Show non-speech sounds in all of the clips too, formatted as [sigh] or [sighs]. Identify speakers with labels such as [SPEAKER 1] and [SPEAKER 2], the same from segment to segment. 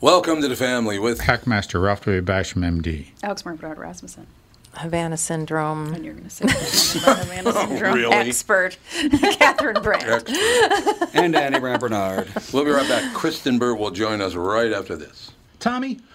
[SPEAKER 1] Welcome to the family with
[SPEAKER 2] Hackmaster Ralph W. Basham, MD.
[SPEAKER 3] Alex Bernard Rasmussen.
[SPEAKER 4] Havana syndrome.
[SPEAKER 3] And you're going to say Havana
[SPEAKER 1] [laughs] Oh,
[SPEAKER 3] syndrome.
[SPEAKER 1] really?
[SPEAKER 4] Expert Catherine Brandt.
[SPEAKER 1] and Annie Ram Bernard. We'll be right back. Kristen Burt will join us right after this.
[SPEAKER 5] Tommy,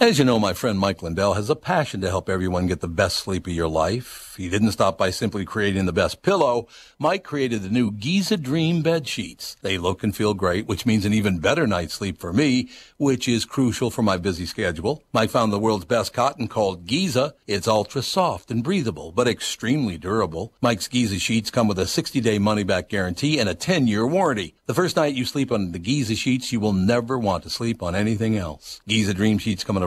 [SPEAKER 1] As you know, my friend Mike Lindell has a passion to help everyone get the best sleep of your life. He didn't stop by simply creating the best pillow. Mike created the new Giza Dream bed sheets. They look and feel great, which means an even better night's sleep for me, which is crucial for my busy schedule. Mike found the world's best cotton called Giza. It's ultra soft and breathable, but extremely durable. Mike's Giza sheets come with a 60-day money-back guarantee and a 10-year warranty. The first night you sleep on the Giza sheets, you will never want to sleep on anything else. Giza Dream Sheets come in a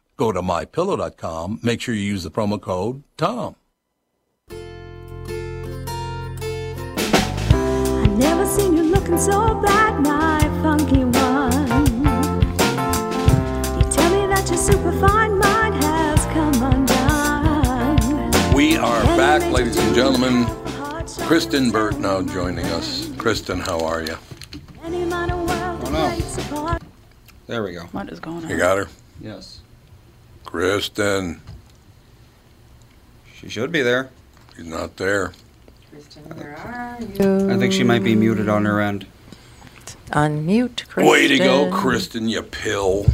[SPEAKER 1] Go to mypillow.com. Make sure you use the promo code TOM.
[SPEAKER 6] I never seen you looking so bad, my funky one. You tell me that your superfine mind has come undone.
[SPEAKER 1] We are back, ladies and gentlemen. Kristen Burt
[SPEAKER 6] Burt
[SPEAKER 1] now joining us. Kristen, how are you?
[SPEAKER 7] There we go.
[SPEAKER 3] What is going on?
[SPEAKER 1] You got her?
[SPEAKER 7] Yes.
[SPEAKER 1] Kristen,
[SPEAKER 7] She should be there.
[SPEAKER 1] she's not there.
[SPEAKER 4] Kristen, where are
[SPEAKER 7] I think she might be muted on her end.
[SPEAKER 4] Unmute, Kristen.
[SPEAKER 1] Way to go, Kristen, you pill.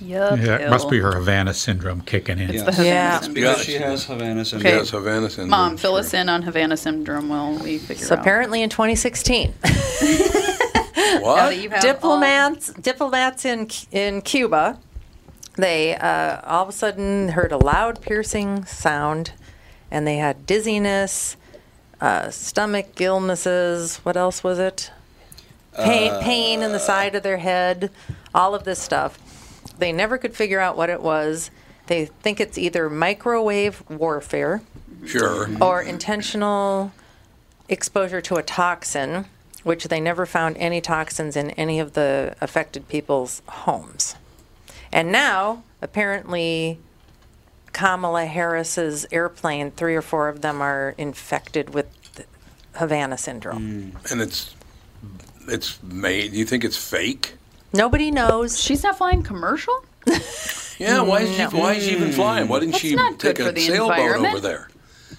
[SPEAKER 4] Yep.
[SPEAKER 2] Yeah, it must be her Havana syndrome kicking in.
[SPEAKER 7] Yeah.
[SPEAKER 3] the Havana
[SPEAKER 4] Yeah.
[SPEAKER 7] It's
[SPEAKER 3] syndrome.
[SPEAKER 7] because
[SPEAKER 1] Yeah,
[SPEAKER 7] she
[SPEAKER 1] she
[SPEAKER 7] has Havana syndrome.
[SPEAKER 3] Okay.
[SPEAKER 1] Yes, Havana syndrome.
[SPEAKER 3] Mom, fill us in on Havana syndrome while we figure
[SPEAKER 4] So
[SPEAKER 3] out.
[SPEAKER 4] apparently in
[SPEAKER 3] [laughs]
[SPEAKER 4] 2016,
[SPEAKER 3] Now
[SPEAKER 1] What?
[SPEAKER 3] that you have all-
[SPEAKER 4] diplomats diplomats in in Cuba, they uh, all of a sudden heard a loud piercing sound, and they had dizziness, uh, stomach illnesses. What else was it? Pain,
[SPEAKER 1] Uh,
[SPEAKER 4] pain in the side of their head, all of this stuff. They never could figure out what it was. They think it's either microwave warfare
[SPEAKER 1] Sure.
[SPEAKER 3] Mm-hmm.
[SPEAKER 4] or intentional exposure to a toxin, which they never found any toxins in any of the affected people's homes. And now, apparently, Kamala Harris's airplane, three or four of them are infected with Havana syndrome.
[SPEAKER 1] Mm. And it's it's made. You think it's fake?
[SPEAKER 4] Nobody knows.
[SPEAKER 3] She's not flying commercial?
[SPEAKER 1] Yeah. Why is she? Why is she even flying? Why didn't
[SPEAKER 3] That's
[SPEAKER 1] she
[SPEAKER 3] not
[SPEAKER 1] take
[SPEAKER 3] good for
[SPEAKER 1] a
[SPEAKER 3] the
[SPEAKER 1] sailboat
[SPEAKER 3] environment.
[SPEAKER 1] over there?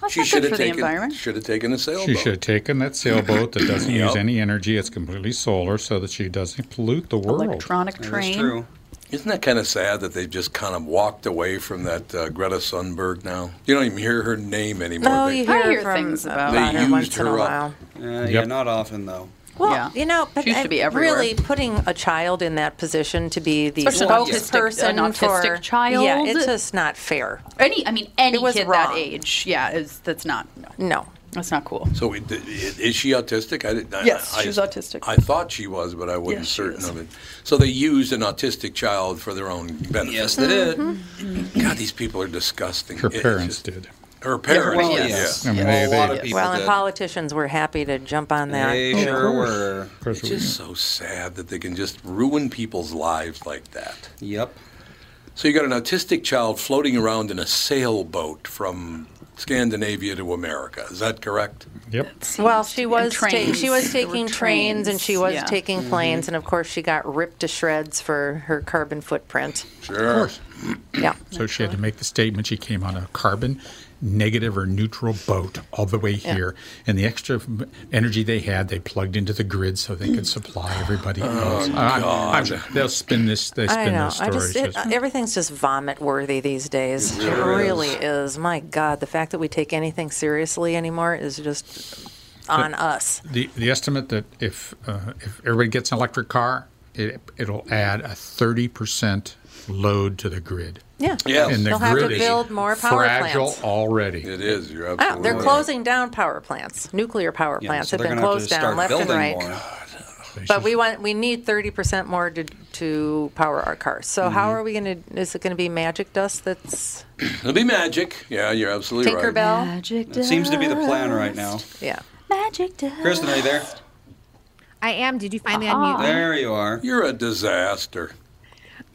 [SPEAKER 3] That's
[SPEAKER 1] she
[SPEAKER 3] not good
[SPEAKER 1] should
[SPEAKER 3] for
[SPEAKER 1] have
[SPEAKER 3] the
[SPEAKER 1] taken.
[SPEAKER 3] environment.
[SPEAKER 1] Should have taken a sailboat.
[SPEAKER 2] She should have taken that sailboat that
[SPEAKER 1] [laughs]
[SPEAKER 2] doesn't
[SPEAKER 1] Yep.
[SPEAKER 2] use any energy. It's completely solar so that she doesn't pollute the world.
[SPEAKER 3] Electronic
[SPEAKER 7] That's
[SPEAKER 3] train.
[SPEAKER 7] true.
[SPEAKER 1] Isn't that kind of sad that they've just kind of walked away from that uh, Greta Sundberg now? You don't even hear her name anymore.
[SPEAKER 4] No,
[SPEAKER 1] They-
[SPEAKER 4] you
[SPEAKER 3] I
[SPEAKER 4] hear,
[SPEAKER 3] hear
[SPEAKER 4] from
[SPEAKER 3] things about
[SPEAKER 1] They
[SPEAKER 4] her
[SPEAKER 1] used
[SPEAKER 4] once in a
[SPEAKER 1] her up.
[SPEAKER 4] while.
[SPEAKER 7] Uh, Yeah,
[SPEAKER 2] Yep.
[SPEAKER 7] not often though.
[SPEAKER 4] Well,
[SPEAKER 3] Yeah.
[SPEAKER 4] you know, but
[SPEAKER 3] She used to
[SPEAKER 4] I-
[SPEAKER 3] be everywhere.
[SPEAKER 4] really putting a child in that position to be the
[SPEAKER 3] Especially an autistic-
[SPEAKER 4] spokesperson
[SPEAKER 3] an autistic
[SPEAKER 4] for
[SPEAKER 3] child.
[SPEAKER 4] Yeah, it's just not fair.
[SPEAKER 3] Any, I mean, any
[SPEAKER 4] It was
[SPEAKER 3] kid that
[SPEAKER 4] wrong.
[SPEAKER 3] age, yeah, is that's not no,
[SPEAKER 4] No,
[SPEAKER 3] that's not cool.
[SPEAKER 1] So i- i- is she autistic? I didn't. I-
[SPEAKER 3] Yes,
[SPEAKER 1] I,
[SPEAKER 3] she's autistic.
[SPEAKER 1] I thought she was, but I wasn't
[SPEAKER 3] Yes, she
[SPEAKER 1] certain
[SPEAKER 3] is.
[SPEAKER 1] of it. So they used an autistic child for their own benefit.
[SPEAKER 7] Yes, they did.
[SPEAKER 1] God, these people are disgusting.
[SPEAKER 2] Her
[SPEAKER 1] It- it's
[SPEAKER 2] parents
[SPEAKER 1] just-
[SPEAKER 2] did.
[SPEAKER 1] Her parents.
[SPEAKER 7] Well,
[SPEAKER 1] did,
[SPEAKER 7] yes.
[SPEAKER 2] I mean,
[SPEAKER 7] Well,
[SPEAKER 2] they-
[SPEAKER 7] a lot
[SPEAKER 2] they-
[SPEAKER 7] of people
[SPEAKER 4] well,
[SPEAKER 7] did.
[SPEAKER 4] and politicians were happy to jump on that.
[SPEAKER 7] They
[SPEAKER 2] Of
[SPEAKER 7] sure
[SPEAKER 2] course.
[SPEAKER 7] were.
[SPEAKER 2] Of course
[SPEAKER 1] It's
[SPEAKER 2] we
[SPEAKER 1] just so sad that they can just ruin people's lives like that.
[SPEAKER 7] Yep.
[SPEAKER 1] So you got an autistic child floating around in a sailboat from Scandinavia to America. Is that
[SPEAKER 7] [clears throat]
[SPEAKER 1] correct?
[SPEAKER 2] Yep.
[SPEAKER 4] Well, she was
[SPEAKER 3] trains.
[SPEAKER 4] ta- she was
[SPEAKER 3] There were
[SPEAKER 4] taking trains and she
[SPEAKER 3] trains,
[SPEAKER 4] was
[SPEAKER 3] yeah.
[SPEAKER 4] taking planes, and of course she got ripped to shreds for her carbon footprint.
[SPEAKER 1] Sure. Of course.
[SPEAKER 4] Yeah,
[SPEAKER 2] So she had to make the statement she came on a carbon negative or neutral boat all the way here. And the extra m- energy they had, they plugged into the grid so they could supply
[SPEAKER 8] Oh,
[SPEAKER 2] everybody
[SPEAKER 1] Oh,
[SPEAKER 2] else. I- I'm- I'm- they'll spin this, they
[SPEAKER 4] I
[SPEAKER 2] spin
[SPEAKER 4] know.
[SPEAKER 2] this
[SPEAKER 4] I
[SPEAKER 2] story.
[SPEAKER 4] just
[SPEAKER 2] so
[SPEAKER 4] it, uh,
[SPEAKER 2] it's-
[SPEAKER 4] everything's just vomit worthy these days. It
[SPEAKER 1] really
[SPEAKER 4] really is. My God, the fact that we take anything seriously anymore is just on us.
[SPEAKER 2] The, the estimate that if uh, if everybody gets an electric car, it it'll add a thirty percent load to the grid.
[SPEAKER 4] Yeah.
[SPEAKER 1] Yes.
[SPEAKER 2] And the
[SPEAKER 4] They'll have to
[SPEAKER 2] grid is
[SPEAKER 4] build more power
[SPEAKER 2] fragile
[SPEAKER 4] plants.
[SPEAKER 2] already.
[SPEAKER 1] It is. You're
[SPEAKER 4] I don't-
[SPEAKER 1] absolutely
[SPEAKER 4] they're
[SPEAKER 1] right.
[SPEAKER 4] closing down power plants. Nuclear power
[SPEAKER 7] Yeah,
[SPEAKER 4] plants
[SPEAKER 7] so
[SPEAKER 4] have
[SPEAKER 7] they're
[SPEAKER 4] been
[SPEAKER 7] gonna have
[SPEAKER 4] closed
[SPEAKER 7] to
[SPEAKER 4] down
[SPEAKER 7] start
[SPEAKER 4] left and
[SPEAKER 7] building
[SPEAKER 4] right.
[SPEAKER 7] more.
[SPEAKER 4] But we want we need thirty percent more to to power our cars. So
[SPEAKER 7] Mm-hmm.
[SPEAKER 4] how are we going to? Is it going to be magic dust? That's
[SPEAKER 1] It'll be magic. Yeah, you're absolutely right.
[SPEAKER 4] Tinkerbell.
[SPEAKER 7] That seems to be the plan right now.
[SPEAKER 4] Yeah.
[SPEAKER 7] Kristen, are you there?
[SPEAKER 9] I am. Did you finally unmute?
[SPEAKER 7] There you are.
[SPEAKER 1] You're a disaster.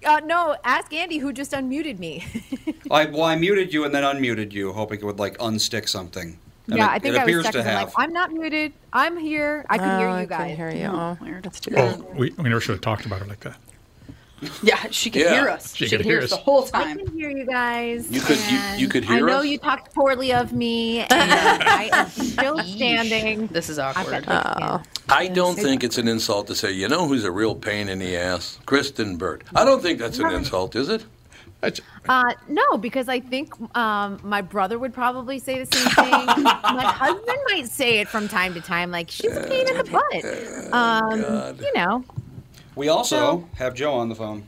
[SPEAKER 9] Uh, no, ask Andy who just unmuted me. [laughs]
[SPEAKER 7] I, well, I muted you and then unmuted you, hoping it would like unstick something. And
[SPEAKER 9] yeah,
[SPEAKER 7] it,
[SPEAKER 9] I think
[SPEAKER 7] it
[SPEAKER 9] I was
[SPEAKER 7] appears
[SPEAKER 9] stuck. 'cause
[SPEAKER 7] to
[SPEAKER 9] I'm
[SPEAKER 7] have.
[SPEAKER 9] like, I'm not muted. I'm here. I can
[SPEAKER 4] Oh,
[SPEAKER 9] hear
[SPEAKER 4] I
[SPEAKER 9] you guys.
[SPEAKER 4] couldn't hear
[SPEAKER 9] [laughs]
[SPEAKER 4] you. Oh, that's too bad.
[SPEAKER 2] Oh, we, we never should have talked about it like that.
[SPEAKER 3] [laughs] Yeah, she could
[SPEAKER 1] Yeah,
[SPEAKER 3] hear us.
[SPEAKER 2] she
[SPEAKER 3] She,
[SPEAKER 2] could
[SPEAKER 3] could hear
[SPEAKER 2] hear
[SPEAKER 3] us the
[SPEAKER 2] us.
[SPEAKER 3] whole
[SPEAKER 9] I
[SPEAKER 3] time.
[SPEAKER 9] can hear you guys.
[SPEAKER 1] You could- you- you
[SPEAKER 9] and
[SPEAKER 1] could
[SPEAKER 9] I
[SPEAKER 1] hear
[SPEAKER 9] know
[SPEAKER 1] us?
[SPEAKER 9] you talked poorly of me, and uh,
[SPEAKER 3] [laughs]
[SPEAKER 9] I am still standing.
[SPEAKER 3] This is
[SPEAKER 9] I've got
[SPEAKER 3] awkward.
[SPEAKER 9] big
[SPEAKER 4] Oh.
[SPEAKER 9] fans.
[SPEAKER 1] I don't think it's an insult to say, you know who's a real pain in the ass? Kristen Burt. I don't think that's an insult, is it?
[SPEAKER 2] That's-
[SPEAKER 9] Uh, no, because I think um, my brother would probably say the same thing.
[SPEAKER 4] [laughs]
[SPEAKER 9] my husband might say it from time to time, like she's a pain in the butt. Um, you know,
[SPEAKER 7] We also have Joe on the phone.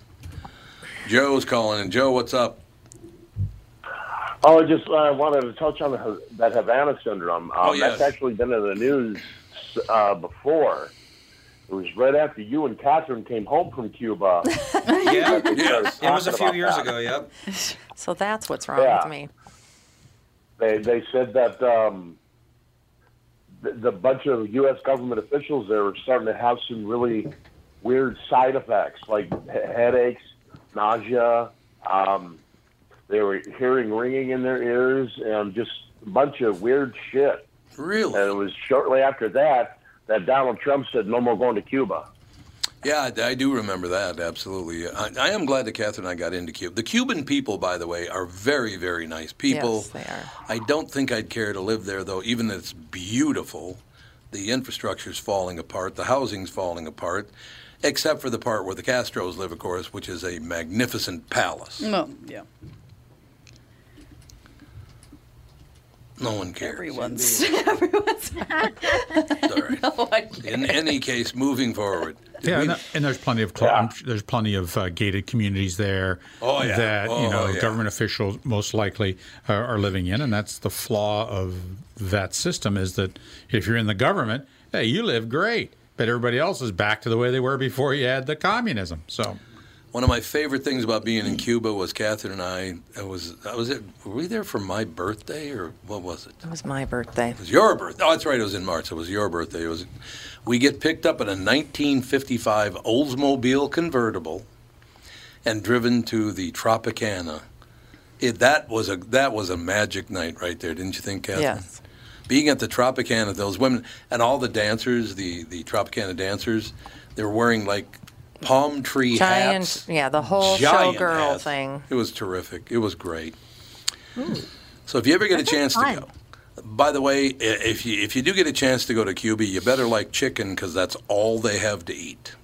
[SPEAKER 1] Joe's calling, and Joe, what's up?
[SPEAKER 10] Oh, I just uh, wanted to touch on the, Ha- that Havana syndrome. Um,
[SPEAKER 1] Oh, yes.
[SPEAKER 10] That's actually been in the news uh, before. It was right after you and Catherine came home from Cuba.
[SPEAKER 7] Yeah, it
[SPEAKER 1] Yes.
[SPEAKER 7] was a few
[SPEAKER 10] about
[SPEAKER 7] years
[SPEAKER 10] that.
[SPEAKER 7] ago. Yep.
[SPEAKER 4] [laughs] So that's what's wrong
[SPEAKER 10] Yeah.
[SPEAKER 4] with me.
[SPEAKER 10] they they said that um, the, the bunch of U.S. government officials there were starting to have some really weird side effects, like he- headaches, nausea. Um, they were hearing ringing in their ears and just a bunch of weird shit. And
[SPEAKER 1] Really?
[SPEAKER 10] it was shortly after that that Donald Trump said, "No more going to Cuba."
[SPEAKER 1] Yeah, I I do remember that, absolutely. I, I am glad that Catherine and I got into Cuba. The Cuban people, by the way, are very, very nice people.
[SPEAKER 4] Yes, they are.
[SPEAKER 1] I don't think I'd care to live there, though, even though it's beautiful. The infrastructure's falling apart, the housing's falling apart, except for the part where the Castros live, of course, which is a magnificent palace.
[SPEAKER 3] No, yeah.
[SPEAKER 1] No one cares.
[SPEAKER 3] Everyone's. [laughs] Everyone's. [laughs] No, I can't.
[SPEAKER 1] In any case, moving forward.
[SPEAKER 2] Yeah, and, and there's plenty of cl- I'm sure there's plenty of uh, gated communities there
[SPEAKER 1] Oh, yeah.
[SPEAKER 2] that
[SPEAKER 1] Oh,
[SPEAKER 2] you know
[SPEAKER 1] yeah.
[SPEAKER 2] government officials most likely uh, are living in, and that's the flaw of that system is that if you're in the government, hey, you live great, but everybody else is back to the way they were before you had the communism. So
[SPEAKER 1] One of my favorite things about being in Cuba was Catherine and I. I was I was it. Were we there for my birthday or what was it?
[SPEAKER 4] It was my birthday.
[SPEAKER 1] It was your birthday. Oh, that's right. It was in March. It was your birthday. It was. We get picked up in a 1955 Oldsmobile convertible, and driven to the Tropicana. It, that was a that was a magic night right there, didn't you think, Catherine?
[SPEAKER 4] Yes.
[SPEAKER 1] Being at the Tropicana, those women and all the dancers, the the Tropicana dancers, they're wearing like palm tree
[SPEAKER 4] Giant,
[SPEAKER 1] hats.
[SPEAKER 4] yeah, the whole
[SPEAKER 1] Giant
[SPEAKER 4] showgirl
[SPEAKER 1] hats.
[SPEAKER 4] thing.
[SPEAKER 1] It was terrific. It was great. So if you ever get a chance to go, by the way, i- if you if you do get a chance to go to Cuba, you better like chicken because that's all they have to eat.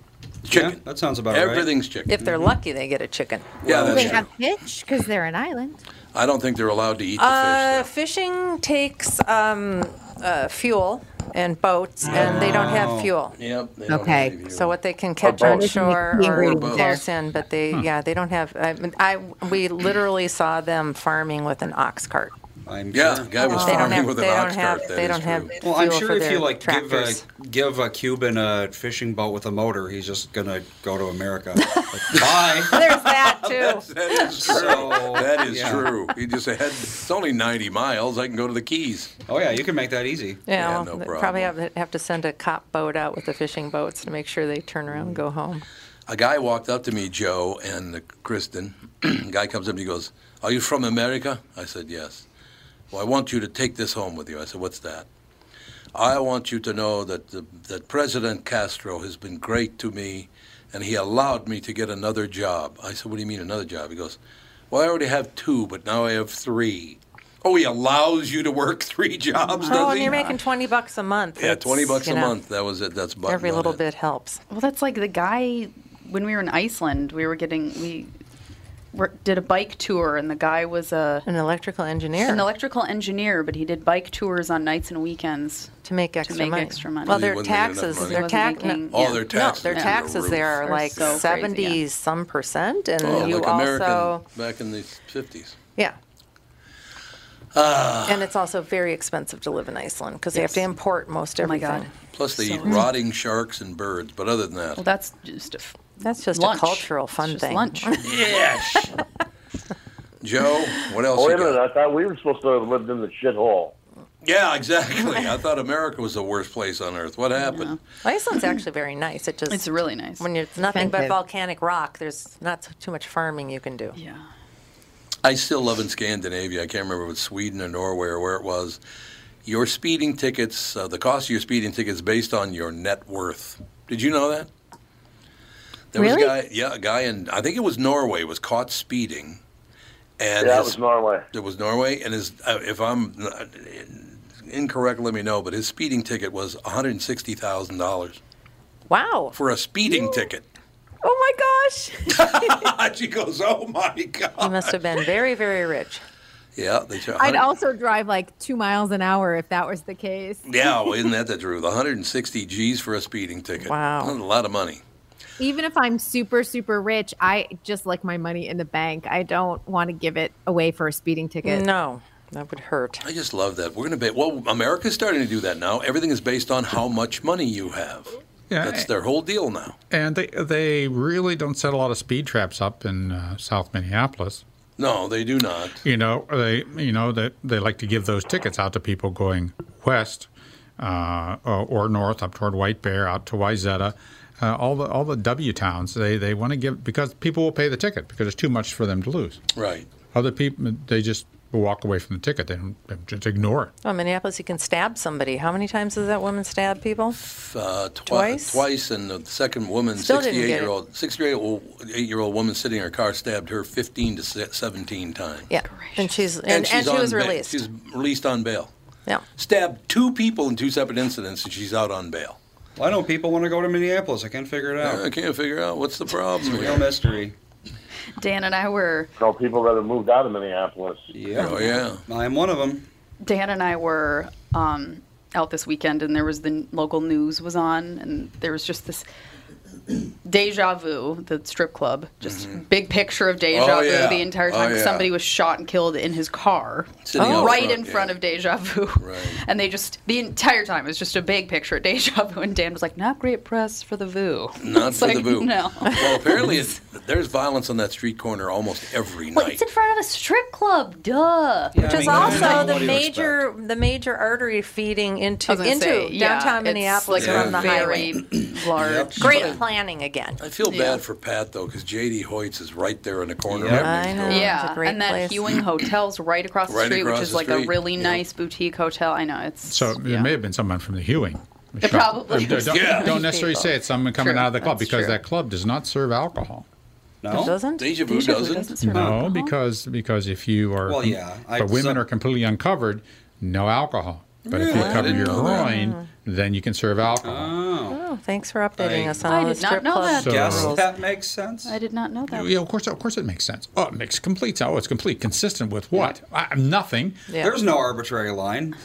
[SPEAKER 1] Chicken. that sounds
[SPEAKER 7] about right.
[SPEAKER 1] Everything's chicken.
[SPEAKER 4] If they're
[SPEAKER 7] Mm-hmm.
[SPEAKER 4] lucky, they get a chicken.
[SPEAKER 1] yeah,
[SPEAKER 9] Do
[SPEAKER 1] that's
[SPEAKER 9] they
[SPEAKER 1] true.
[SPEAKER 9] have fish because they're an island.
[SPEAKER 1] I don't think they're allowed to eat the
[SPEAKER 4] Uh, fishing takes um, uh, fuel and boats, and they don't have fuel.
[SPEAKER 1] Yep. They don't have
[SPEAKER 9] Okay.
[SPEAKER 1] any
[SPEAKER 4] So what they can
[SPEAKER 1] Or Hmm.
[SPEAKER 4] catch on
[SPEAKER 1] both.
[SPEAKER 4] shore
[SPEAKER 1] Or
[SPEAKER 4] or
[SPEAKER 1] both.
[SPEAKER 4] close in, but they yeah they don't have. I, mean, I
[SPEAKER 1] [clears throat]
[SPEAKER 4] we literally saw them farming with an ox
[SPEAKER 1] [laughs]
[SPEAKER 4] cart.
[SPEAKER 7] I'm
[SPEAKER 1] yeah,
[SPEAKER 7] sure.
[SPEAKER 1] the guy was
[SPEAKER 4] They don't
[SPEAKER 1] farming
[SPEAKER 4] have-
[SPEAKER 1] with
[SPEAKER 4] they
[SPEAKER 1] an
[SPEAKER 4] don't
[SPEAKER 1] ox
[SPEAKER 4] have-
[SPEAKER 1] cart. that
[SPEAKER 4] they
[SPEAKER 1] is
[SPEAKER 4] don't have
[SPEAKER 1] true.
[SPEAKER 7] Well, I'm
[SPEAKER 4] fuel
[SPEAKER 7] sure
[SPEAKER 4] for
[SPEAKER 7] if
[SPEAKER 4] their
[SPEAKER 7] you like give a,
[SPEAKER 4] tractors.
[SPEAKER 7] give a Cuban a fishing boat with a motor, he's just gonna go to America. Like, [laughs] Bye.
[SPEAKER 4] There's that too.
[SPEAKER 1] That is true.
[SPEAKER 7] So,
[SPEAKER 1] that is
[SPEAKER 7] [laughs] yeah.
[SPEAKER 1] true. You just said it's only 90 miles. I can go to the Keys.
[SPEAKER 7] Oh yeah, you can make that easy.
[SPEAKER 4] Yeah,
[SPEAKER 1] no
[SPEAKER 4] they
[SPEAKER 1] problem.
[SPEAKER 4] probably have, have to send a cop boat out with the fishing boats to make sure they turn around and go home.
[SPEAKER 1] A guy walked up to me, Joe and Kristen. [clears throat] guy comes up and he goes, Are you from America? I said, Yes. Well, I want you to take this home with you. I said, What's that? I want you to know that, the, that President Castro has been great to me and he allowed me to get another job. I said, What do you mean another job? He goes, Well, I already have two, but now I have three. Oh, he allows you to work [laughs] three jobs, does
[SPEAKER 4] Oh, and
[SPEAKER 1] he?
[SPEAKER 4] you're making twenty bucks a month.
[SPEAKER 1] yeah,
[SPEAKER 4] That's,
[SPEAKER 1] twenty bucks
[SPEAKER 4] you
[SPEAKER 1] a
[SPEAKER 4] know,
[SPEAKER 1] month. That was it. That's button
[SPEAKER 4] Every
[SPEAKER 1] on
[SPEAKER 4] little
[SPEAKER 1] it.
[SPEAKER 4] bit helps.
[SPEAKER 3] Well, that's like the guy when we were in Iceland. We were getting we were, did a bike tour, and the guy was a
[SPEAKER 4] An electrical engineer
[SPEAKER 3] an electrical engineer, but he did bike tours on nights and weekends.
[SPEAKER 4] to make extra
[SPEAKER 3] make
[SPEAKER 4] money.
[SPEAKER 3] extra money.
[SPEAKER 4] Well,
[SPEAKER 3] He
[SPEAKER 4] their
[SPEAKER 3] wasn't making enough
[SPEAKER 4] taxes,
[SPEAKER 3] money.
[SPEAKER 4] their
[SPEAKER 3] He
[SPEAKER 4] tax,
[SPEAKER 3] wasn't
[SPEAKER 4] no,
[SPEAKER 3] making- All
[SPEAKER 1] their
[SPEAKER 4] no,
[SPEAKER 1] taxes
[SPEAKER 4] their
[SPEAKER 1] through the
[SPEAKER 4] taxes
[SPEAKER 1] roof.
[SPEAKER 4] there are
[SPEAKER 3] They're
[SPEAKER 4] like
[SPEAKER 3] so crazy, yeah.
[SPEAKER 4] seventies some percent, and
[SPEAKER 1] Oh,
[SPEAKER 4] you
[SPEAKER 1] like
[SPEAKER 4] also
[SPEAKER 1] American back in the fifties.
[SPEAKER 4] yeah.
[SPEAKER 1] Ah,
[SPEAKER 4] And it's also very expensive to live in Iceland because they have to import most
[SPEAKER 3] Oh my
[SPEAKER 4] everything.
[SPEAKER 3] God.
[SPEAKER 1] plus they
[SPEAKER 3] So-
[SPEAKER 1] eat rotting sharks and birds. But other than
[SPEAKER 3] Mm-hmm.
[SPEAKER 1] that,
[SPEAKER 3] Well, that's just a f-
[SPEAKER 4] That's just
[SPEAKER 3] lunch.
[SPEAKER 4] a cultural fun
[SPEAKER 3] It's just
[SPEAKER 4] thing.
[SPEAKER 3] lunch.
[SPEAKER 1] [laughs] yes. Joe, what else?
[SPEAKER 10] Oh,
[SPEAKER 1] you
[SPEAKER 10] wait a
[SPEAKER 1] got?
[SPEAKER 10] minute. I thought we were supposed to have lived in the shithole.
[SPEAKER 1] Yeah, exactly. I thought America was the worst place on earth. What happened?
[SPEAKER 3] [clears throat]
[SPEAKER 4] Iceland's actually very nice. It just
[SPEAKER 3] It's really nice.
[SPEAKER 4] when it's nothing but
[SPEAKER 9] expensive.
[SPEAKER 4] volcanic rock, there's not t- too much farming you can do.
[SPEAKER 3] yeah.
[SPEAKER 1] I still love in Scandinavia. I can't remember if it was Sweden or Norway or where it was. Your speeding tickets, uh, the cost of your speeding tickets, based on your net worth. Did you know that? There was
[SPEAKER 9] Really?
[SPEAKER 1] a guy, yeah, a guy in I think it was Norway was caught speeding, and
[SPEAKER 10] yeah, it
[SPEAKER 1] his-
[SPEAKER 10] was Norway.
[SPEAKER 1] It was Norway, and his uh, if I'm not- incorrect, let me know. But his speeding ticket was one hundred sixty thousand dollars
[SPEAKER 4] Wow.
[SPEAKER 1] for a speeding ticket.
[SPEAKER 4] Oh my gosh.
[SPEAKER 1] [laughs] she goes, "Oh my
[SPEAKER 4] You
[SPEAKER 1] god!"
[SPEAKER 4] must have been very, very rich.
[SPEAKER 1] Yeah, they. charge-
[SPEAKER 9] I'd also drive like two miles an hour if that was the case.
[SPEAKER 1] Yeah, well, isn't that the truth? One hundred and sixty G's for a speeding ticket.
[SPEAKER 4] Wow.
[SPEAKER 1] That's a lot of money.
[SPEAKER 9] Even if I'm super, super rich, I just like my money in the bank. I don't want to give it away for a speeding ticket.
[SPEAKER 4] No, that would hurt.
[SPEAKER 1] I just love that. We're gonna be well. America's starting to do that now. Everything is based on how much money you have.
[SPEAKER 2] Yeah,
[SPEAKER 1] that's
[SPEAKER 2] I-
[SPEAKER 1] their whole deal now.
[SPEAKER 2] and they they really don't set a lot of speed traps up in uh, South Minneapolis.
[SPEAKER 1] No, they do not.
[SPEAKER 2] You know they you know they, they like to give those tickets out to people going west uh, or, or north up toward White Bear out to Wyzetta. Uh, all the all the W towns they, they want to give because people will pay the ticket because it's too much for them to lose.
[SPEAKER 1] Right.
[SPEAKER 2] Other people they just walk away from the ticket. They don't they just ignore it.
[SPEAKER 4] Well, Oh, Minneapolis, you can stab somebody. How many times does that woman stab
[SPEAKER 3] [sighs]
[SPEAKER 4] people?
[SPEAKER 1] uh, twi-
[SPEAKER 4] Twice?
[SPEAKER 1] twice, and the second woman,
[SPEAKER 4] Still didn't get it.
[SPEAKER 1] sixty-eight-year-old, sixty-eight-year-old woman sitting in her car stabbed her fifteen to se- seventeen times.
[SPEAKER 4] Yeah, and she's and, and,
[SPEAKER 1] she's
[SPEAKER 4] she
[SPEAKER 1] on
[SPEAKER 4] was
[SPEAKER 1] ba-
[SPEAKER 4] released.
[SPEAKER 1] She's released on bail.
[SPEAKER 4] Yeah.
[SPEAKER 1] Stabbed two people in two separate incidents, and she's out on bail.
[SPEAKER 7] Why don't people want to go to Minneapolis? I can't figure it out.
[SPEAKER 1] I can't figure out what's the problem.
[SPEAKER 7] It's a real
[SPEAKER 1] here.
[SPEAKER 7] mystery.
[SPEAKER 3] Dan and I were
[SPEAKER 10] No, people rather moved out of Minneapolis.
[SPEAKER 7] Yeah.
[SPEAKER 1] Oh, yeah.
[SPEAKER 7] I'm one of them.
[SPEAKER 3] Dan and I were um, out this weekend, and there was the n- local news was on, and there was just this deja vu, the strip club, just
[SPEAKER 1] Mm-hmm.
[SPEAKER 3] big picture of deja
[SPEAKER 8] Oh,
[SPEAKER 3] vu
[SPEAKER 8] yeah.
[SPEAKER 3] the entire
[SPEAKER 8] Oh,
[SPEAKER 3] time.
[SPEAKER 8] yeah.
[SPEAKER 3] Somebody was shot and killed in his car,
[SPEAKER 8] Sitting out
[SPEAKER 3] right
[SPEAKER 8] front,
[SPEAKER 3] in front
[SPEAKER 8] yeah.
[SPEAKER 3] of deja vu,
[SPEAKER 1] right.
[SPEAKER 3] and they just the entire time it was just a big picture of deja vu, and Dan was like, "Not great press for the vu."
[SPEAKER 1] Not
[SPEAKER 3] It's
[SPEAKER 1] for the
[SPEAKER 3] like,
[SPEAKER 1] boo. [laughs]
[SPEAKER 3] No,
[SPEAKER 1] Well, apparently
[SPEAKER 4] [laughs]
[SPEAKER 1] it's, there's violence on that street corner almost every night.
[SPEAKER 3] it's in front of a strip club. Duh.
[SPEAKER 4] Which is also the major the major artery feeding into
[SPEAKER 3] I was gonna
[SPEAKER 4] into
[SPEAKER 3] say, yeah,
[SPEAKER 4] downtown
[SPEAKER 3] it's
[SPEAKER 4] Minneapolis
[SPEAKER 1] like a
[SPEAKER 4] from the
[SPEAKER 3] very
[SPEAKER 4] highway.
[SPEAKER 3] large.
[SPEAKER 4] Great
[SPEAKER 1] But-
[SPEAKER 4] planning again.
[SPEAKER 1] I feel bad for Pat though, because J.D. Hoyt's is right there in the corner.
[SPEAKER 4] Yeah.
[SPEAKER 1] of
[SPEAKER 4] I know.
[SPEAKER 1] everything.
[SPEAKER 3] Yeah,
[SPEAKER 4] It's a great
[SPEAKER 3] and that
[SPEAKER 4] place.
[SPEAKER 3] Hewing Hotel's right across the
[SPEAKER 1] Right
[SPEAKER 3] street,
[SPEAKER 1] across
[SPEAKER 3] which is
[SPEAKER 1] the
[SPEAKER 3] like a
[SPEAKER 1] street,
[SPEAKER 3] really
[SPEAKER 1] yeah.
[SPEAKER 3] nice boutique hotel. I know it's
[SPEAKER 2] So it may have been someone from the Hewing.
[SPEAKER 3] It probably
[SPEAKER 2] Don't,
[SPEAKER 3] was
[SPEAKER 2] don't-
[SPEAKER 3] Yeah.
[SPEAKER 2] don't necessarily
[SPEAKER 3] people.
[SPEAKER 2] say it's someone coming
[SPEAKER 3] True,
[SPEAKER 2] out of the club
[SPEAKER 3] that's
[SPEAKER 2] because
[SPEAKER 3] true.
[SPEAKER 2] that club does not serve alcohol.
[SPEAKER 7] No? It doesn't?
[SPEAKER 1] Deja vu
[SPEAKER 7] Deja vu
[SPEAKER 1] doesn't.
[SPEAKER 7] doesn't
[SPEAKER 2] no, because because if you are
[SPEAKER 7] Well, yeah, I-
[SPEAKER 2] but women
[SPEAKER 7] some-
[SPEAKER 2] are completely uncovered, no alcohol. But if you
[SPEAKER 7] Really? I
[SPEAKER 2] cover
[SPEAKER 7] didn't
[SPEAKER 2] your
[SPEAKER 7] know that.
[SPEAKER 2] groin, then you can serve alcohol.
[SPEAKER 4] Oh, thanks for updating
[SPEAKER 2] I-
[SPEAKER 4] us on
[SPEAKER 3] I
[SPEAKER 4] all the
[SPEAKER 3] did not
[SPEAKER 4] strip
[SPEAKER 3] know
[SPEAKER 4] club
[SPEAKER 3] that.
[SPEAKER 2] So-
[SPEAKER 4] rules.
[SPEAKER 2] Yes.
[SPEAKER 7] That makes sense.
[SPEAKER 3] I did not know that.
[SPEAKER 2] Yeah, of course, of course, it makes sense. Oh, it makes complete sense. Oh, it's complete consistent with what? I, [laughs] nothing.
[SPEAKER 3] Yeah.
[SPEAKER 7] There's no arbitrary line.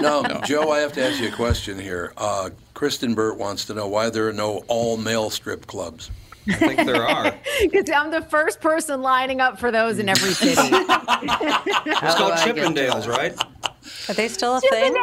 [SPEAKER 1] Now, Joe, I have to ask you a question here. Uh, Kristen Burt wants to know why there are no all-male strip clubs. I think
[SPEAKER 9] [laughs]
[SPEAKER 1] there are.
[SPEAKER 9] Because I'm the first person lining up for those in every city.
[SPEAKER 4] Oh,
[SPEAKER 7] It's called Chippendales, right?
[SPEAKER 4] Are they still a
[SPEAKER 9] thing?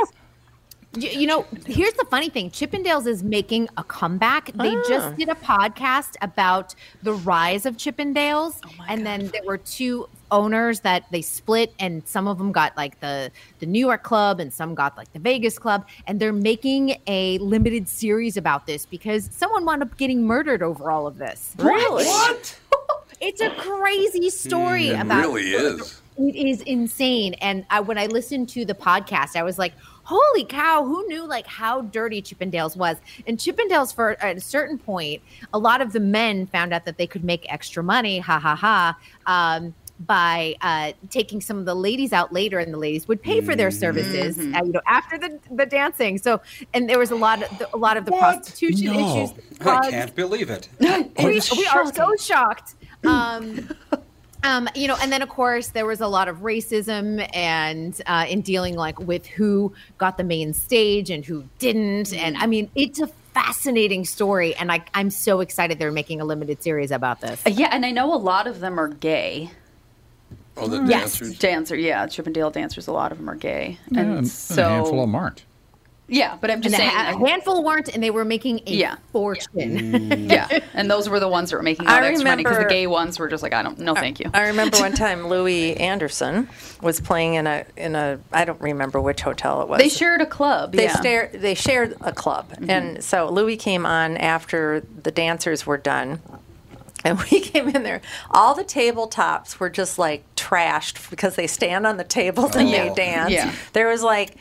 [SPEAKER 9] You, you know, here's the funny thing Chippendales is making a comeback. They
[SPEAKER 4] Ah.
[SPEAKER 9] just did a podcast about the rise of Chippendales.
[SPEAKER 4] Oh
[SPEAKER 9] and then there were two owners that they split, and some of them got like the, the New York club and some got like the Vegas club. And they're making a limited series about this because someone wound up getting murdered over all of this.
[SPEAKER 4] Really?
[SPEAKER 1] What?
[SPEAKER 9] It's a crazy story
[SPEAKER 1] it
[SPEAKER 9] about
[SPEAKER 1] really is.
[SPEAKER 9] it is insane. And I, when I listened to the podcast, I was like, holy cow, who knew like how dirty Chippendales was? And Chippendales, for at a certain point, a lot of the men found out that they could make extra money, ha ha ha, um, by uh, taking some of the ladies out later, and the ladies would pay for their services, uh, you know, after the, the dancing. So, and there was a lot of the, a lot of the prostitution
[SPEAKER 7] No.
[SPEAKER 9] issues.
[SPEAKER 7] I
[SPEAKER 9] caused-
[SPEAKER 7] can't believe it.
[SPEAKER 9] we, we are so
[SPEAKER 3] [laughs]
[SPEAKER 9] shocked. Um, um, you know, and then of course there was a lot of racism and uh, in dealing like with who got the main stage and who didn't, and I mean it's a fascinating story, and I, I'm so excited they're making a limited series about this.
[SPEAKER 3] Uh, Yeah, and I know a lot of them are gay.
[SPEAKER 1] Oh,
[SPEAKER 4] Hmm.
[SPEAKER 1] the
[SPEAKER 3] yes,
[SPEAKER 1] dancers?
[SPEAKER 3] dancer. Yeah, Chippendale dancers. A lot of them are gay,
[SPEAKER 2] Yeah,
[SPEAKER 3] and,
[SPEAKER 2] and
[SPEAKER 3] so
[SPEAKER 2] a handful of them aren't.
[SPEAKER 3] yeah. But I'm just
[SPEAKER 9] And a
[SPEAKER 3] saying,
[SPEAKER 9] ha- a handful weren't, and they were making a
[SPEAKER 3] Yeah.
[SPEAKER 9] fortune.
[SPEAKER 3] yeah, [laughs] and those were the ones that were making all
[SPEAKER 4] I
[SPEAKER 3] the extra money because the
[SPEAKER 4] remember-
[SPEAKER 3] gay ones were just like, I don't, no, thank you.
[SPEAKER 4] I remember one time Louis Anderson was playing in a in a I don't remember which hotel it was.
[SPEAKER 3] They shared a club.
[SPEAKER 4] They
[SPEAKER 3] yeah. Mm-hmm.
[SPEAKER 4] stare, they shared a club, and so Louis came on after the dancers were done, and we [laughs] came in there. All the tabletops were just like trashed because they stand on the tables and they
[SPEAKER 1] Oh.
[SPEAKER 4] dance.
[SPEAKER 1] Yeah.
[SPEAKER 4] There was like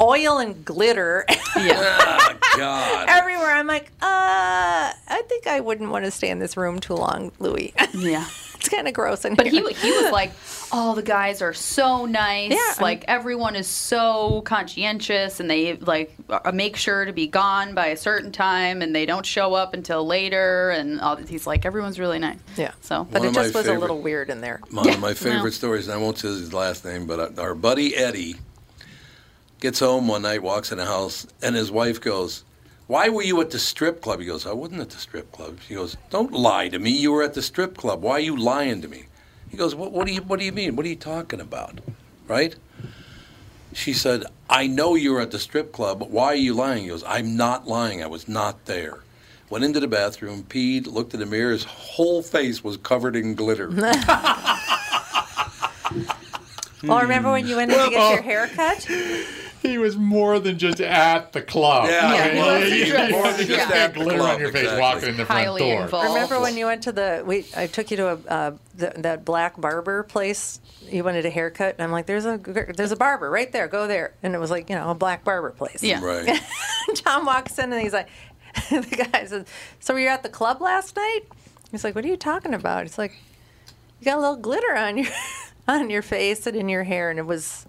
[SPEAKER 4] oil and glitter [laughs]
[SPEAKER 1] Ah, God.
[SPEAKER 4] everywhere. I'm like, uh, I think I wouldn't want to stay in this room too long, Louis. [laughs]
[SPEAKER 3] Yeah.
[SPEAKER 4] it's kind of gross in
[SPEAKER 3] But he
[SPEAKER 4] here.
[SPEAKER 3] he
[SPEAKER 4] [laughs]
[SPEAKER 3] was like, all the guys are so nice.
[SPEAKER 4] Yeah.
[SPEAKER 3] Like everyone is so conscientious, and they like uh, make sure to be gone by a certain time, and they don't show up until later. And all that. he's like, everyone's really nice. Yeah. So,
[SPEAKER 4] but it
[SPEAKER 1] One of my
[SPEAKER 4] just was a
[SPEAKER 1] favorite-
[SPEAKER 4] little weird in there.
[SPEAKER 1] One of my favorite stories, and I won't say his last name, but uh, our buddy Eddie gets home one night, walks in the house, and his wife goes, Why were you at the strip club? He goes, I wasn't at the strip club. She goes, Don't lie to me. You were at the strip club. Why are you lying to me? He goes, What, what, do, you, what do you mean? What are you talking about? Right? She said, I know you were at the strip club. But why are you lying? He goes, I'm not lying. I was not there. Went into the bathroom, peed, looked in the mirror. His whole face was covered in glitter.
[SPEAKER 2] [laughs]
[SPEAKER 4] Well, remember when you went in to get your haircut?
[SPEAKER 2] He was more than just at the club.
[SPEAKER 1] Yeah,
[SPEAKER 4] Yeah, he was.
[SPEAKER 2] he,
[SPEAKER 4] He was more than
[SPEAKER 2] he
[SPEAKER 4] just
[SPEAKER 2] had
[SPEAKER 4] at the
[SPEAKER 2] glitter
[SPEAKER 1] club,
[SPEAKER 2] on your face
[SPEAKER 1] exactly.
[SPEAKER 2] walking in the front
[SPEAKER 3] Highly
[SPEAKER 2] door.
[SPEAKER 3] involved.
[SPEAKER 4] Remember when you went to the we? I took you to a uh, the, that black barber place. You wanted a haircut, and I'm like, "There's a gr- there's a barber right there. Go there." And it was like you know a black barber place.
[SPEAKER 3] Yeah.
[SPEAKER 4] [laughs]
[SPEAKER 1] Right.
[SPEAKER 4] Tom walks in and he's like, [laughs] the guy says, "So were you at the club last night?" He's like, "What are you talking about?" It's like, "You got a little glitter on your [laughs] on your face and in your hair," and it was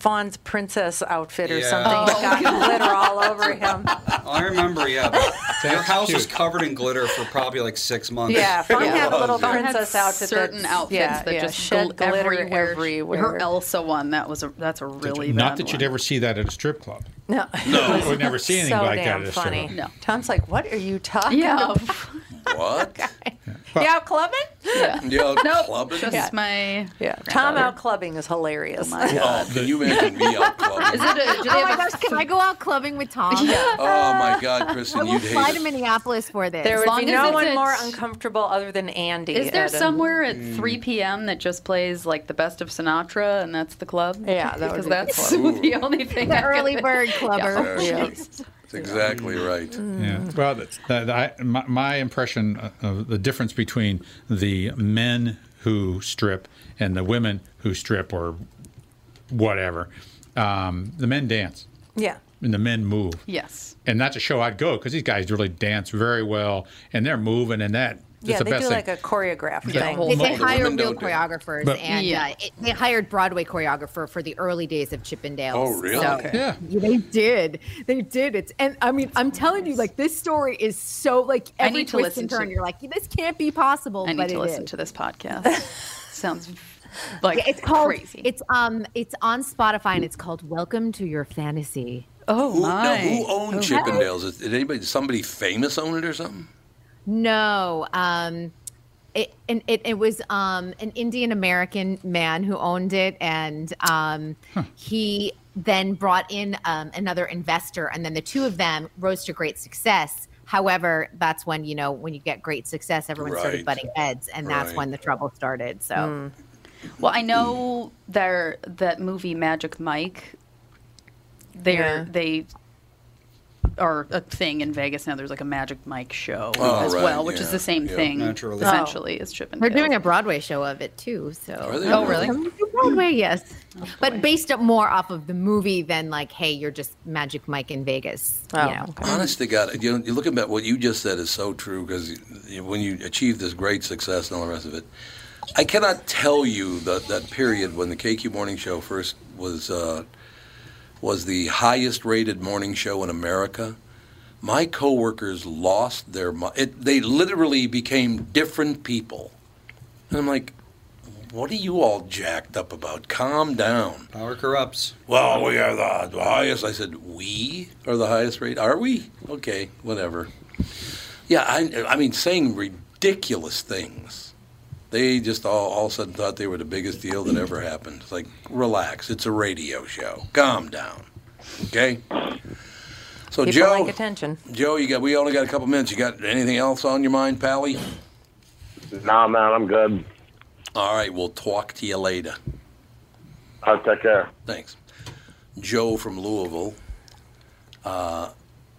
[SPEAKER 4] Fawn's princess outfit or
[SPEAKER 7] Yeah.
[SPEAKER 4] something.
[SPEAKER 3] Oh. [laughs]
[SPEAKER 4] that got [laughs] glitter all over him.
[SPEAKER 7] I remember,
[SPEAKER 4] [laughs]
[SPEAKER 7] yeah. but Your house was covered in glitter for probably like six months. [laughs]
[SPEAKER 4] Yeah, Fawn
[SPEAKER 3] Yeah.
[SPEAKER 4] had a little
[SPEAKER 3] Fawn had
[SPEAKER 4] princess outfit.
[SPEAKER 3] Certain
[SPEAKER 4] that's-
[SPEAKER 3] outfits
[SPEAKER 4] yeah,
[SPEAKER 3] that
[SPEAKER 4] yeah,
[SPEAKER 3] just
[SPEAKER 4] shed
[SPEAKER 3] gl-
[SPEAKER 4] glitter
[SPEAKER 3] everywhere.
[SPEAKER 4] everywhere.
[SPEAKER 3] Her Elsa one that was a that's a really bad
[SPEAKER 2] Not that you'd
[SPEAKER 3] one.
[SPEAKER 2] ever see that at a strip club.
[SPEAKER 4] No,
[SPEAKER 2] No, I would never see anything
[SPEAKER 4] [laughs] so
[SPEAKER 2] like that
[SPEAKER 4] damn
[SPEAKER 2] at a strip
[SPEAKER 4] funny.
[SPEAKER 2] club.
[SPEAKER 3] No.
[SPEAKER 4] Tom's like, "What are you talking
[SPEAKER 3] Yeah. [laughs]
[SPEAKER 4] about?
[SPEAKER 1] What?
[SPEAKER 4] You out clubbing?"
[SPEAKER 3] yeah.
[SPEAKER 1] Yeah,
[SPEAKER 3] Nope,
[SPEAKER 1] clubbing?
[SPEAKER 3] just my.
[SPEAKER 4] Yeah, Tom out clubbing is hilarious.
[SPEAKER 1] Oh, can you imagine me out
[SPEAKER 9] [laughs]
[SPEAKER 1] clubbing?
[SPEAKER 3] Is it a? Do they
[SPEAKER 9] Oh my
[SPEAKER 3] have
[SPEAKER 9] gosh, can I go out clubbing with Tom?
[SPEAKER 3] Yeah.
[SPEAKER 1] Oh my God,
[SPEAKER 9] I
[SPEAKER 1] Kristen,
[SPEAKER 9] will
[SPEAKER 1] you'd
[SPEAKER 9] fly
[SPEAKER 1] hate
[SPEAKER 9] to
[SPEAKER 1] it.
[SPEAKER 9] Minneapolis for this.
[SPEAKER 4] There would
[SPEAKER 3] long
[SPEAKER 4] be
[SPEAKER 3] as
[SPEAKER 4] no
[SPEAKER 3] it's
[SPEAKER 4] one
[SPEAKER 3] a-
[SPEAKER 4] more uncomfortable other than Andy.
[SPEAKER 3] Is there
[SPEAKER 4] at a-
[SPEAKER 3] somewhere at
[SPEAKER 1] Hmm.
[SPEAKER 3] 3 p.m. that just plays like the best of Sinatra and that's the club?
[SPEAKER 4] Yeah, that would
[SPEAKER 3] because
[SPEAKER 4] be
[SPEAKER 3] that's
[SPEAKER 4] the
[SPEAKER 3] [laughs] the only thing. I
[SPEAKER 9] the
[SPEAKER 3] could-
[SPEAKER 9] early
[SPEAKER 3] [laughs]
[SPEAKER 9] bird clubber.
[SPEAKER 1] Yeah.
[SPEAKER 4] Yeah.
[SPEAKER 1] That's exactly right.
[SPEAKER 4] Mm.
[SPEAKER 2] Yeah. Well, th- th- I, my, my impression of the difference between the men who strip and the women who strip or whatever, um, the men dance
[SPEAKER 4] Yeah.
[SPEAKER 2] and the men move.
[SPEAKER 3] Yes.
[SPEAKER 2] And that's a show I'd go because these guys really dance very well and they're moving and that.
[SPEAKER 4] Yeah,
[SPEAKER 2] it's the
[SPEAKER 4] they
[SPEAKER 2] best
[SPEAKER 4] do
[SPEAKER 2] thing.
[SPEAKER 4] like a choreographed
[SPEAKER 2] Yeah.
[SPEAKER 4] thing.
[SPEAKER 2] Whole-
[SPEAKER 9] They,
[SPEAKER 2] Well,
[SPEAKER 9] they
[SPEAKER 2] most-
[SPEAKER 9] hire
[SPEAKER 1] women
[SPEAKER 9] real
[SPEAKER 1] don't do it.
[SPEAKER 9] choreographers,
[SPEAKER 2] But-
[SPEAKER 9] and
[SPEAKER 3] Yeah.
[SPEAKER 9] uh, it, they hired Broadway choreographer for the early days of Chippendales.
[SPEAKER 1] Oh, really?
[SPEAKER 9] So-
[SPEAKER 1] Okay.
[SPEAKER 2] yeah.
[SPEAKER 9] Yeah, they did. They did. It's and I mean, I'm telling you, like this story is so like
[SPEAKER 3] I
[SPEAKER 9] every
[SPEAKER 3] need to
[SPEAKER 9] twist
[SPEAKER 3] listen
[SPEAKER 9] and turn,
[SPEAKER 3] to-
[SPEAKER 9] you're like, this can't be possible.
[SPEAKER 3] I
[SPEAKER 9] but
[SPEAKER 3] need to
[SPEAKER 9] it
[SPEAKER 3] listen
[SPEAKER 9] is.
[SPEAKER 3] to this podcast.
[SPEAKER 9] [laughs]
[SPEAKER 3] Sounds like
[SPEAKER 9] Yeah, it's called.
[SPEAKER 3] crazy.
[SPEAKER 9] It's um. It's on Spotify and it's called Welcome to Your Fantasy.
[SPEAKER 3] oh
[SPEAKER 1] Who,
[SPEAKER 3] my.
[SPEAKER 1] now, who
[SPEAKER 9] Oh,
[SPEAKER 1] owned Chippendales? Did anybody, somebody famous own it or something?
[SPEAKER 9] No. Um. It, and it, it was um, an Indian American man who owned it, and um, he then brought in um, another investor, and then the two of them rose to great success. However, that's when you know when you get great success, everyone
[SPEAKER 1] Right.
[SPEAKER 9] started butting heads, and that's
[SPEAKER 1] Right.
[SPEAKER 9] when the trouble started. So
[SPEAKER 3] Well, I know there that movie Magic Mike. They
[SPEAKER 4] Yeah.
[SPEAKER 3] they are a thing in Vegas now. There's like a Magic Mike show
[SPEAKER 1] Oh,
[SPEAKER 3] as
[SPEAKER 1] right,
[SPEAKER 3] well, which is
[SPEAKER 1] yeah,
[SPEAKER 3] the same
[SPEAKER 1] yeah.
[SPEAKER 3] thing
[SPEAKER 7] Naturally.
[SPEAKER 9] Oh.
[SPEAKER 3] essentially as Chip and
[SPEAKER 9] we're doing a Broadway show of it too. So
[SPEAKER 1] Are they Oh, really?
[SPEAKER 9] Coming to [laughs] Broadway, yes, but based up more off of the movie than like, hey, you're just Magic Mike in Vegas.
[SPEAKER 4] Oh,
[SPEAKER 9] you know?
[SPEAKER 1] Honest to God, you know, you look at what you just said is so true because when you achieve this great success and all the rest of it, I cannot tell you that that period when the KQ Morning Show first was uh, was the highest rated morning show in America. My coworkers lost their mi- it, they literally became different people, and I'm like, what are you all jacked up about? Calm down.
[SPEAKER 7] Power corrupts.
[SPEAKER 1] Well, we are the, the highest. I said, we are the highest rate. Are we? Okay, whatever. Yeah, I, I mean, saying ridiculous things. They just all, all of a sudden thought they were the biggest deal that ever happened. It's like, relax. It's a radio show. Calm down. Okay? So,
[SPEAKER 4] People
[SPEAKER 1] Joe,
[SPEAKER 4] like attention.
[SPEAKER 1] Joe, you got. We only got a couple minutes. You got anything else on your mind, Pally?
[SPEAKER 10] Nah, man, I'm good.
[SPEAKER 1] All right, we'll talk to you later.
[SPEAKER 10] I'll take care.
[SPEAKER 1] Thanks. Joe from Louisville. Uh,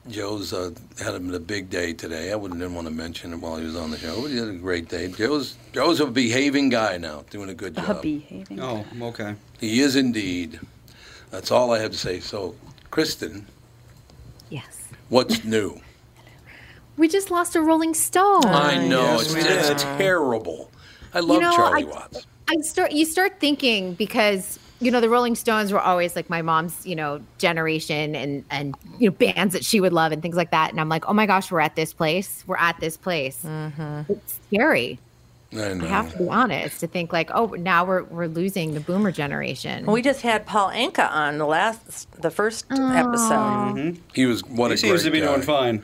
[SPEAKER 1] Joe's uh, had a, a big day today. I wouldn't didn't want to mention it while he was on the show, but he had a great day. Joe's Joe's a behaving guy now, doing a good
[SPEAKER 3] a
[SPEAKER 1] job.
[SPEAKER 3] behaving.
[SPEAKER 7] Oh, I'm okay.
[SPEAKER 1] He is indeed. That's all I have to say. So, Kristen,
[SPEAKER 9] Yes.
[SPEAKER 1] what's new?
[SPEAKER 9] We just lost a Rolling Stone.
[SPEAKER 4] Uh,
[SPEAKER 1] I know
[SPEAKER 7] yes,
[SPEAKER 1] it's,
[SPEAKER 7] we
[SPEAKER 1] it's terrible. I love
[SPEAKER 9] know,
[SPEAKER 1] Charlie
[SPEAKER 9] I-
[SPEAKER 1] Watts.
[SPEAKER 9] I start you start thinking because you know the Rolling Stones were always like my mom's you know generation and and you know bands that she would love and things like that and I'm like oh my gosh we're at this place we're at this place it's scary
[SPEAKER 1] I know.
[SPEAKER 9] I have to be honest to think like oh now we're we're losing the Boomer generation
[SPEAKER 4] We just had Paul Anka on the last, the first episode.
[SPEAKER 7] Mm-hmm.
[SPEAKER 1] he was what
[SPEAKER 7] He
[SPEAKER 1] a
[SPEAKER 7] seems
[SPEAKER 1] great
[SPEAKER 7] to be
[SPEAKER 1] guy.
[SPEAKER 7] doing fine.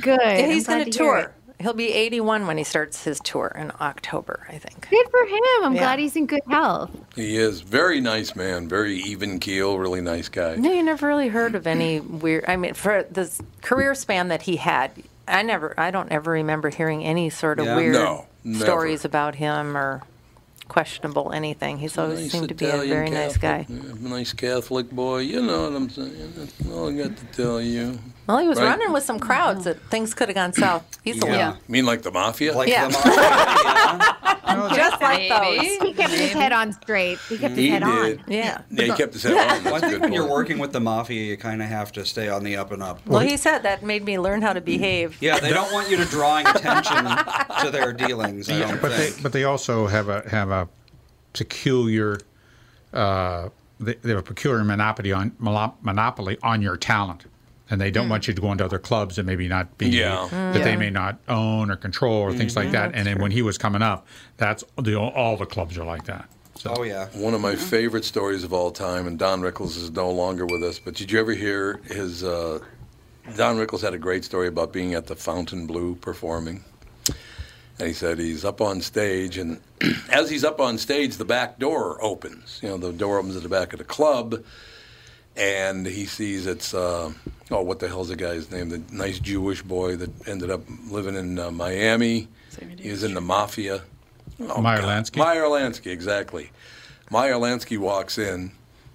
[SPEAKER 9] good
[SPEAKER 4] Yeah,
[SPEAKER 9] I'm
[SPEAKER 4] he's
[SPEAKER 9] glad
[SPEAKER 4] going to
[SPEAKER 9] to hear
[SPEAKER 4] tour. He'll be 81 when he starts his tour in October, I think.
[SPEAKER 9] it. good for him I'm
[SPEAKER 4] Yeah.
[SPEAKER 9] glad he's in good health
[SPEAKER 1] He is very nice man, very even keel, really nice guy.
[SPEAKER 4] No, you never really heard of any weird. I mean, for the s- career span that he had, I never, I don't ever remember hearing any sort of
[SPEAKER 7] Yeah.
[SPEAKER 4] weird
[SPEAKER 1] No, never.
[SPEAKER 4] stories about him or questionable anything. He's always
[SPEAKER 1] Nice
[SPEAKER 4] seemed to be a
[SPEAKER 1] Italian
[SPEAKER 4] very nice guy.
[SPEAKER 1] Catholic- yeah, Nice Catholic boy. You know what I'm saying? That's all I got to tell you.
[SPEAKER 4] Well, he was
[SPEAKER 1] Right?
[SPEAKER 4] running with some crowds that things could have gone south easily.
[SPEAKER 1] mean like the mafia?
[SPEAKER 4] Yeah. Oh, Just like
[SPEAKER 9] Maybe.
[SPEAKER 4] those.
[SPEAKER 9] He kept his head on straight. He kept his
[SPEAKER 7] He
[SPEAKER 9] head
[SPEAKER 7] did.
[SPEAKER 9] on.
[SPEAKER 4] Yeah.
[SPEAKER 1] Yeah, he kept his
[SPEAKER 7] [laughs]
[SPEAKER 1] head on.
[SPEAKER 7] Well, I
[SPEAKER 1] That's a
[SPEAKER 7] think
[SPEAKER 1] good
[SPEAKER 7] when you're
[SPEAKER 1] point.
[SPEAKER 7] working with the mafia, you kind of have to stay on the up and up.
[SPEAKER 4] Well, he said that made me learn how to behave.
[SPEAKER 7] yeah, they don't want you to drawing attention to their dealings. I
[SPEAKER 2] Yeah,
[SPEAKER 7] don't
[SPEAKER 2] but
[SPEAKER 7] think.
[SPEAKER 2] they but they also have a have a peculiar uh, they, they have a peculiar monopoly on mono- monopoly on your talent, and they don't want you to go into other clubs that maybe not be
[SPEAKER 1] Yeah.
[SPEAKER 2] that
[SPEAKER 1] Yeah.
[SPEAKER 2] they may not own or control or things like
[SPEAKER 1] Mhm.
[SPEAKER 2] that. And then when he was coming up, that's the, all the clubs are like that.
[SPEAKER 7] Oh yeah.
[SPEAKER 1] One of my favorite stories of all time, and Don Rickles is no longer with us. But did you ever hear his? Uh, Don Rickles had a great story about being at the Fontainebleau performing, and he said he's up on stage, and [clears throat] as he's up on stage, the back door opens. You know, the door opens at the back of the club, and he sees it's. Uh, Oh, what the hell's the guy's name? The nice Jewish boy that ended up living in uh, Miami. He was in the mafia. Oh,
[SPEAKER 2] Meyer
[SPEAKER 1] God.
[SPEAKER 2] Lansky?
[SPEAKER 1] Meyer Lansky, exactly. Meyer Lansky walks in,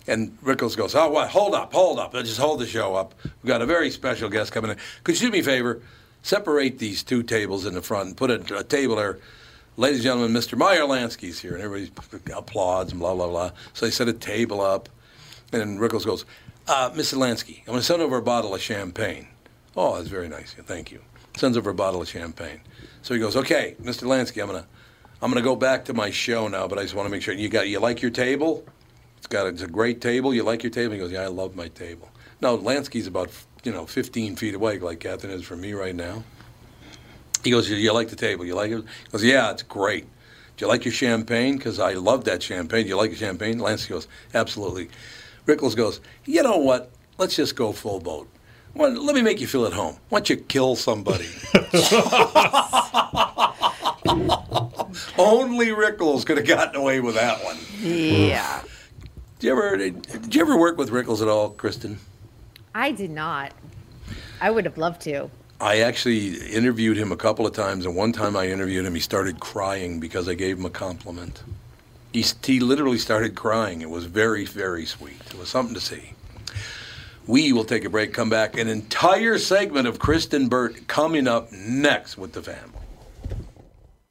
[SPEAKER 1] and Rickles goes, "Oh, what? Hold up, hold up! Just hold the show up. We've got a very special guest coming in. Could you do me a favor? Separate these two tables in the front and put a, a table there." Ladies and gentlemen, Mr. Meyer Lansky's here, and everybody applauds and blah blah blah. So they set a table up, and then Rickles goes, uh, "Mr. Lansky, I'm going to send over a bottle of champagne." Oh, that's very nice. Thank you. Sends over a bottle of champagne. So he goes, "Okay, Mr. Lansky, I'm going to I'm going to go back to my show now, but I just want to make sure you got you like your table. It's got it's a great table. You like your table? He goes, yeah, I love my table. Now Lansky's about you know 15 feet away, like Catherine is from me right now. He goes, you, you like the table? You like it? He goes, yeah, it's great. Do you like your champagne? Because I love that champagne. Do you like your champagne? Lansky goes, absolutely. Rickles goes, you know what? Let's just go full boat. Why- Let me make you feel at home. Why don't you kill somebody? Only Rickles could have gotten away with that one.
[SPEAKER 9] Yeah.
[SPEAKER 1] Did you ever did you ever work with Rickles at all, Kristen?
[SPEAKER 9] I did not. I would have loved to.
[SPEAKER 1] I actually interviewed him a couple of times, and one time I interviewed him, he started crying because I gave him a compliment. He, s- he literally started crying. It was very, very sweet. It was something to see. We will take a break, come back, an entire segment of Kristen Burt coming up next with the family.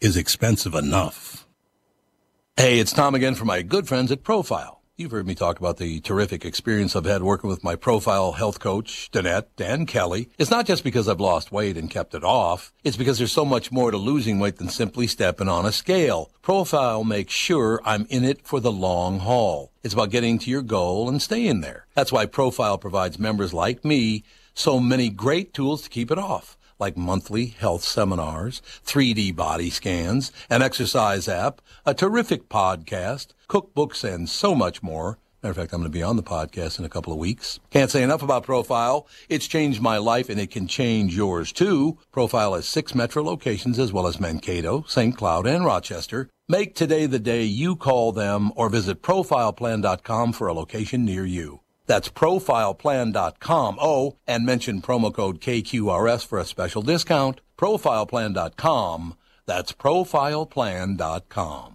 [SPEAKER 1] is expensive enough. Hey, it's Tom again for my good friends at Profile. You've heard me talk about the terrific experience I've had working with my profile health coach, Danette and Kelly. It's not just because I've lost weight and kept it off. It's because there's so much more to losing weight than simply stepping on a scale. Profile makes sure I'm in it for the long haul. It's about getting to your goal and staying there. That's why Profile provides members like me so many great tools to keep it off like monthly health seminars, 3D body scans, an exercise app, a terrific podcast, cookbooks, and so much more. Matter of fact, I'm going to be on the podcast in a couple of weeks. Can't say enough about Profile. It's changed my life and it can change yours too. Profile has six metro locations as well as Mankato, St. Cloud, and Rochester. Make today the day you call them or visit profileplan.com for a location near you. That's profileplan.com. Oh, and mention promo code KQRS for a special discount. Profileplan.com. That's profileplan.com.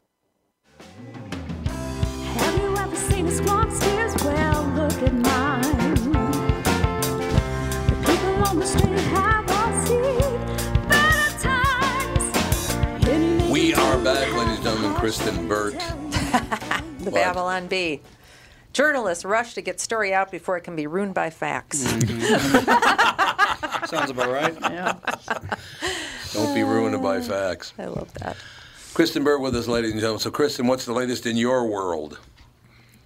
[SPEAKER 6] Have you ever seen a squawk's tears? Well, look at mine. The people on the street have all seen better times.
[SPEAKER 1] We are back, ladies and gentlemen. Kristen Burt.
[SPEAKER 4] The Babylon Bee. Journalists rush to get story out before it can be ruined by facts.
[SPEAKER 7] Mm-hmm.
[SPEAKER 4] [laughs]
[SPEAKER 7] Sounds about right.
[SPEAKER 3] [laughs] Yeah.
[SPEAKER 1] Don't be ruined by facts.
[SPEAKER 4] I love that.
[SPEAKER 1] Kristen Burt with us, ladies and gentlemen. So, Kristen, what's the latest in your world?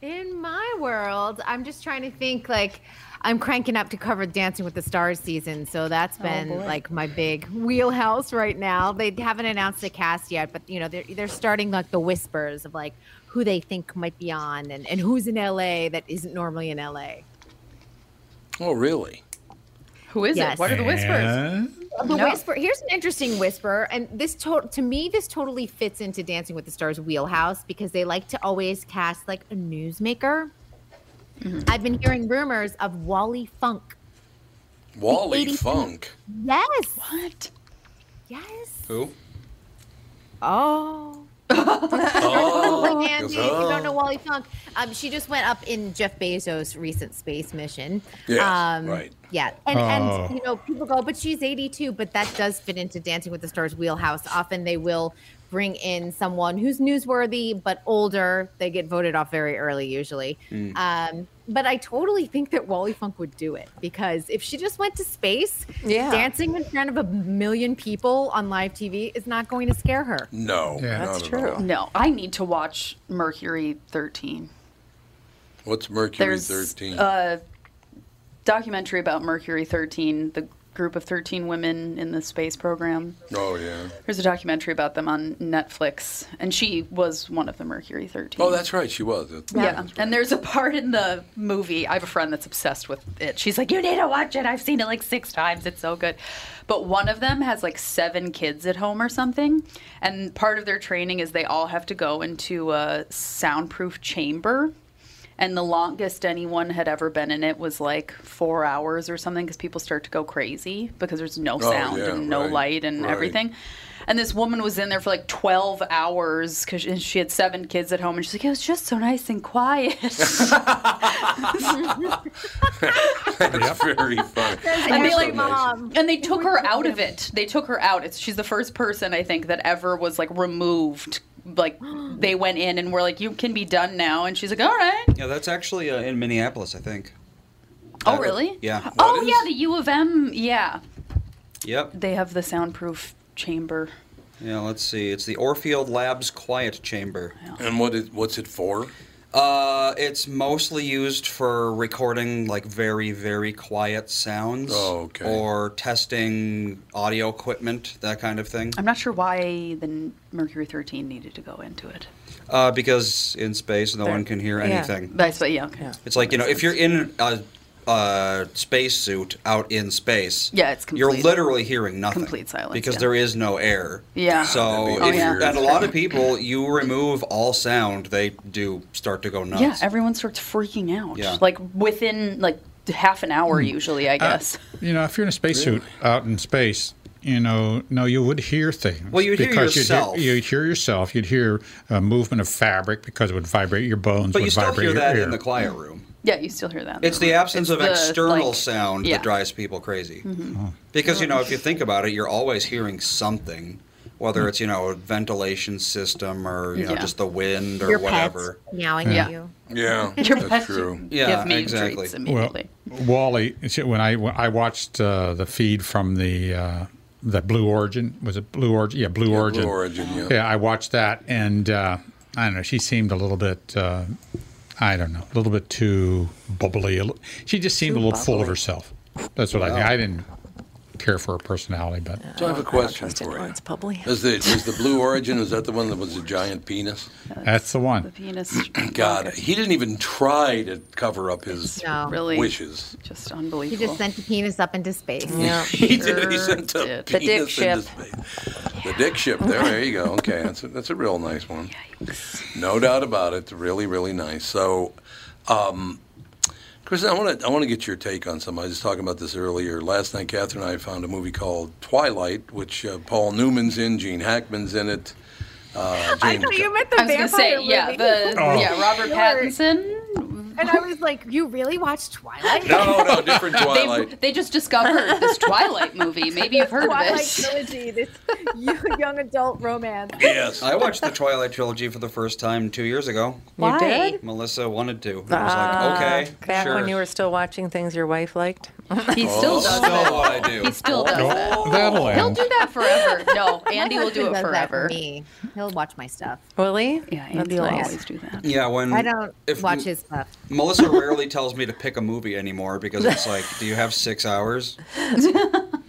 [SPEAKER 9] In my world, I'm just trying to think like I'm cranking up to cover Dancing with the Stars season, so that's been
[SPEAKER 11] boy.
[SPEAKER 9] like my big wheelhouse right now. They haven't announced the cast yet, but you know they're they're starting like the whispers of like who they think might be on and, and who's in LA that isn't normally in LA.
[SPEAKER 1] Oh, really?
[SPEAKER 3] Who is
[SPEAKER 9] Yes.
[SPEAKER 3] it? What are the whispers?
[SPEAKER 9] The
[SPEAKER 3] No.
[SPEAKER 9] whisper. Here's an interesting whisper, and this to, to me, this totally fits into Dancing with the Stars wheelhouse because they like to always cast like a newsmaker. I've been hearing rumors of Wally Funk.
[SPEAKER 1] Wally
[SPEAKER 9] 80
[SPEAKER 1] Funk.
[SPEAKER 9] Yes. What? Yes.
[SPEAKER 1] Who?
[SPEAKER 9] Oh.
[SPEAKER 11] Oh.
[SPEAKER 9] like [laughs] Andy, if you don't know Wally Funk. Um, she just went up in Jeff Bezos' recent space mission.
[SPEAKER 11] Yes,
[SPEAKER 9] um,
[SPEAKER 11] right.
[SPEAKER 9] Yeah, and
[SPEAKER 11] Oh.
[SPEAKER 9] and you know people go, but she's 82, but that does fit into Dancing with the Stars wheelhouse. Often they will bring in someone who's newsworthy but older. They get voted off very early usually.
[SPEAKER 11] Mm.
[SPEAKER 9] Um, but I totally think that Wally Funk would do it because if she just went to space,
[SPEAKER 4] Yeah.
[SPEAKER 9] dancing in front of a million people on live TV is not going to scare her.
[SPEAKER 1] No. not at all.
[SPEAKER 3] No, I need to watch Mercury 13.
[SPEAKER 1] What's Mercury
[SPEAKER 3] There's uh,
[SPEAKER 1] 13?
[SPEAKER 3] a documentary about Mercury 13, the group of 13 women in the space program.
[SPEAKER 1] oh, yeah.
[SPEAKER 3] There's a documentary about them on Netflix, and she was one of the Mercury 13.
[SPEAKER 1] Oh, that's right. She was. That's-
[SPEAKER 3] Yeah, and there's a part in the movie. I have a friend that's obsessed with it. She's like, "You need to watch it. I've seen it like six times. It's so good." But one of them has like seven kids at home or something, and part of their training is they all have to go into a soundproof chamber. And the longest anyone had ever been in it was like four hours or something because people start to go crazy because there's no
[SPEAKER 11] Oh,
[SPEAKER 3] sound
[SPEAKER 11] yeah,
[SPEAKER 3] and no
[SPEAKER 11] right,
[SPEAKER 3] light and
[SPEAKER 11] right.
[SPEAKER 3] everything. And this woman was in there for like 12 hours because she, she had seven kids at home. And she's like, it was just so nice
[SPEAKER 11] [laughs]
[SPEAKER 3] and quiet.
[SPEAKER 1] [laughs] That's very funny.
[SPEAKER 3] [laughs] and, they, like,
[SPEAKER 1] Mom.
[SPEAKER 3] and they took her out of it. They took her out. It's, she's the first person, I think, that ever was like removed. Like they went in and were like, you can be done now. And she's like, all right.
[SPEAKER 7] Yeah, that's actually uh, in Minneapolis, I think.
[SPEAKER 3] Oh, really?
[SPEAKER 7] Yeah.
[SPEAKER 3] oh, yeah, the U of M. Yeah.
[SPEAKER 7] Yep.
[SPEAKER 3] They have the soundproof chamber.
[SPEAKER 7] Yeah, let's see. It's the Orfield Labs Quiet Chamber.
[SPEAKER 1] And what is what's it for?
[SPEAKER 7] Uh, it's mostly used for recording like very very quiet sounds.
[SPEAKER 1] Oh, okay.
[SPEAKER 7] Or testing audio equipment, that kind of thing.
[SPEAKER 3] I'm not sure why the Mercury 13 needed to go into it.
[SPEAKER 7] Uh, because in space, no one can hear anything.
[SPEAKER 3] That's what, yeah, okay. Yeah,
[SPEAKER 7] It's like you know, if you're in a, a spacesuit out in space,
[SPEAKER 3] it's complete.
[SPEAKER 7] you're literally hearing nothing.
[SPEAKER 3] Complete silence,
[SPEAKER 7] because
[SPEAKER 3] yeah.
[SPEAKER 7] there is no air.
[SPEAKER 3] Yeah.
[SPEAKER 7] So
[SPEAKER 3] That'd be
[SPEAKER 7] if-
[SPEAKER 3] Oh, yeah.
[SPEAKER 7] and a
[SPEAKER 3] [laughs]
[SPEAKER 7] lot of people, you remove all sound, they do start to go nuts.
[SPEAKER 3] Yeah, everyone starts freaking out.
[SPEAKER 7] Yeah.
[SPEAKER 3] Like within like half an hour
[SPEAKER 2] Hmm.
[SPEAKER 3] usually, I
[SPEAKER 2] Uh,
[SPEAKER 3] guess.
[SPEAKER 2] You know, if you're in a spacesuit out in space, you know, no, you would hear things.
[SPEAKER 7] Well, you'd hear
[SPEAKER 2] because
[SPEAKER 7] yourself.
[SPEAKER 2] You'd hear, you'd hear yourself. You'd hear uh, movement of fabric because it would vibrate your bones.
[SPEAKER 7] But you
[SPEAKER 2] would
[SPEAKER 7] still
[SPEAKER 2] vibrate
[SPEAKER 7] hear
[SPEAKER 2] your
[SPEAKER 7] that
[SPEAKER 2] ear.
[SPEAKER 7] in the quiet room.
[SPEAKER 3] yeah, you still hear that.
[SPEAKER 7] It's the absence
[SPEAKER 3] It's
[SPEAKER 7] of
[SPEAKER 3] the,
[SPEAKER 7] external
[SPEAKER 3] like-
[SPEAKER 7] sound
[SPEAKER 3] yeah.
[SPEAKER 7] that drives people crazy.
[SPEAKER 3] Mhm.
[SPEAKER 7] Because you know, if you think about it, you're always hearing something,
[SPEAKER 3] Mm.
[SPEAKER 7] whether it's you know a ventilation system or you know
[SPEAKER 9] Yeah.
[SPEAKER 7] just the wind or
[SPEAKER 9] Your
[SPEAKER 7] whatever.
[SPEAKER 9] pets meowing
[SPEAKER 7] Yeah.
[SPEAKER 9] at you.
[SPEAKER 3] [laughs]
[SPEAKER 1] Yeah,
[SPEAKER 7] Your
[SPEAKER 1] that's
[SPEAKER 7] pets
[SPEAKER 1] true.
[SPEAKER 7] Yeah, give me exactly. treats
[SPEAKER 3] immediately.
[SPEAKER 2] Well, Wally, see, when I when I watched uh, the feed from the uh, the Blue Origin, was it Blue Origin? Yeah, Blue
[SPEAKER 1] Blue
[SPEAKER 2] Origin.
[SPEAKER 1] Origin, yeah.
[SPEAKER 2] I watched that, and uh, I don't know. She seemed a little bit, uh, I don't know, a little bit too bubbly. a li- She just seemed
[SPEAKER 1] Too
[SPEAKER 2] a little full of
[SPEAKER 1] bubbly.
[SPEAKER 2] herself. That's what I think. I didn't care for her personality, but
[SPEAKER 1] So I
[SPEAKER 4] Oh,
[SPEAKER 1] have a question for you. Is the is the Blue Origin? Is that the one that was a giant penis?
[SPEAKER 2] that's the one.
[SPEAKER 3] penis.
[SPEAKER 1] [clears throat] God, he didn't even try to cover up his
[SPEAKER 9] No. Really.
[SPEAKER 1] wishes.
[SPEAKER 3] Just
[SPEAKER 9] He
[SPEAKER 3] unbelievable.
[SPEAKER 9] just sent the penis up into space.
[SPEAKER 1] [laughs] he did. He sent a
[SPEAKER 9] did.
[SPEAKER 1] penis
[SPEAKER 9] The dick
[SPEAKER 1] into
[SPEAKER 9] ship.
[SPEAKER 1] space. The dick ship. There, there you go. Okay, that's a, that's a real nice one. No doubt about it. Really, really nice. So, um, Chris, I want to I want to get your take on something. I was just talking about this earlier. Last night, Catherine and I found a movie called Twilight, which uh, Paul Newman's in, Gene Hackman's in it.
[SPEAKER 9] [laughs]
[SPEAKER 1] Uh,
[SPEAKER 9] I
[SPEAKER 1] Jane
[SPEAKER 9] know you meant the
[SPEAKER 3] I was gonna
[SPEAKER 9] vampire
[SPEAKER 3] say,
[SPEAKER 9] movie.
[SPEAKER 3] yeah, the
[SPEAKER 1] Oh.
[SPEAKER 3] yeah, Robert Pattinson.
[SPEAKER 9] And I was like, you really watched Twilight?
[SPEAKER 1] No, no,
[SPEAKER 9] [laughs]
[SPEAKER 1] different
[SPEAKER 3] They,
[SPEAKER 1] Twilight.
[SPEAKER 3] they just discovered this Twilight movie. Maybe you've heard
[SPEAKER 9] Twilight
[SPEAKER 3] of it.
[SPEAKER 9] trilogy, this [laughs] y- young adult romance.
[SPEAKER 1] Yes.
[SPEAKER 7] I watched the Twilight trilogy for the first time two years ago.
[SPEAKER 4] You Why? did?
[SPEAKER 7] Melissa wanted to. I was like, okay,
[SPEAKER 4] Ah, Back
[SPEAKER 7] sure.
[SPEAKER 4] when you were still watching things your wife liked.
[SPEAKER 3] He still does
[SPEAKER 7] Still
[SPEAKER 3] that.
[SPEAKER 7] what I do.
[SPEAKER 3] He still does
[SPEAKER 4] Oh,
[SPEAKER 3] that.
[SPEAKER 4] that'll
[SPEAKER 3] He'll
[SPEAKER 4] end.
[SPEAKER 3] do that forever. No, Andy will do
[SPEAKER 9] Husband
[SPEAKER 3] it
[SPEAKER 9] does that for
[SPEAKER 3] forever.
[SPEAKER 9] me. He'll watch my stuff.
[SPEAKER 4] Will he?
[SPEAKER 3] Yeah,
[SPEAKER 9] That'd be
[SPEAKER 3] Andy will
[SPEAKER 9] nice.
[SPEAKER 3] always do that.
[SPEAKER 7] Yeah, when
[SPEAKER 9] I don't
[SPEAKER 7] if-
[SPEAKER 9] watch his stuff.
[SPEAKER 7] Melissa rarely tells me to pick a movie anymore because it's like, do you have six hours?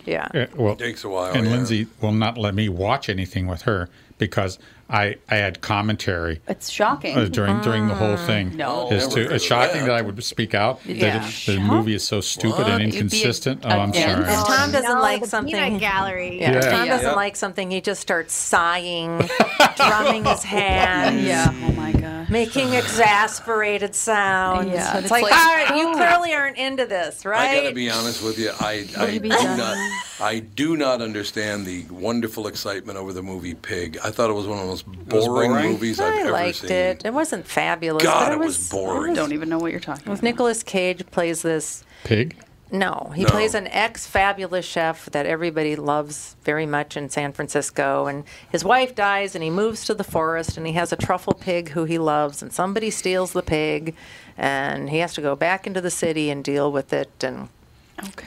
[SPEAKER 4] Yeah.
[SPEAKER 2] Uh, well,
[SPEAKER 1] takes a while.
[SPEAKER 2] and
[SPEAKER 1] yeah.
[SPEAKER 2] Lindsay will not let me watch anything with her because I, I had commentary
[SPEAKER 3] It's shocking.
[SPEAKER 2] uh, during during the whole thing.
[SPEAKER 3] No.
[SPEAKER 2] it's,
[SPEAKER 3] Never
[SPEAKER 2] too, it's shocking that. I would speak out. that
[SPEAKER 3] Yeah.
[SPEAKER 2] it- the movie is so stupid
[SPEAKER 4] What?
[SPEAKER 2] and
[SPEAKER 4] You'd be
[SPEAKER 2] inconsistent. Oh, I'm
[SPEAKER 4] against
[SPEAKER 2] sorry.
[SPEAKER 4] it. Tom doesn't
[SPEAKER 9] No,
[SPEAKER 4] like
[SPEAKER 9] the
[SPEAKER 4] something-
[SPEAKER 9] Peanut gallery.
[SPEAKER 4] Yeah, if
[SPEAKER 2] Yeah.
[SPEAKER 4] Tom doesn't
[SPEAKER 2] Yeah.
[SPEAKER 4] like something, he just starts
[SPEAKER 2] [laughs]
[SPEAKER 4] sighing, drumming his hands.
[SPEAKER 3] Yeah. Oh my god.
[SPEAKER 4] Making exasperated sounds.
[SPEAKER 3] Yeah,
[SPEAKER 4] It's,
[SPEAKER 3] it's
[SPEAKER 4] like,
[SPEAKER 3] like,
[SPEAKER 4] all right, you
[SPEAKER 3] oh.
[SPEAKER 4] clearly aren't into this, right?
[SPEAKER 1] I gotta be honest with you. I,
[SPEAKER 4] What
[SPEAKER 1] I
[SPEAKER 4] have
[SPEAKER 1] do
[SPEAKER 4] you done?
[SPEAKER 1] not. I do not understand the wonderful excitement over the movie Pig. I thought it was one of the most
[SPEAKER 7] was
[SPEAKER 1] boring,
[SPEAKER 7] boring?
[SPEAKER 1] movies I've
[SPEAKER 4] I
[SPEAKER 1] ever
[SPEAKER 4] liked
[SPEAKER 1] seen.
[SPEAKER 4] it. It wasn't fabulous.
[SPEAKER 1] God,
[SPEAKER 4] but
[SPEAKER 1] it was boring.
[SPEAKER 3] Don't even know what you're talking
[SPEAKER 4] It was Nicolas Cage plays this
[SPEAKER 2] Pig?
[SPEAKER 4] No, he
[SPEAKER 1] No.
[SPEAKER 4] plays an ex fabulous chef that everybody loves very much in San Francisco. And his wife dies, and he moves to the forest, and he has a truffle pig who he loves, and somebody steals the pig, and he has to go back into the city and deal with it. And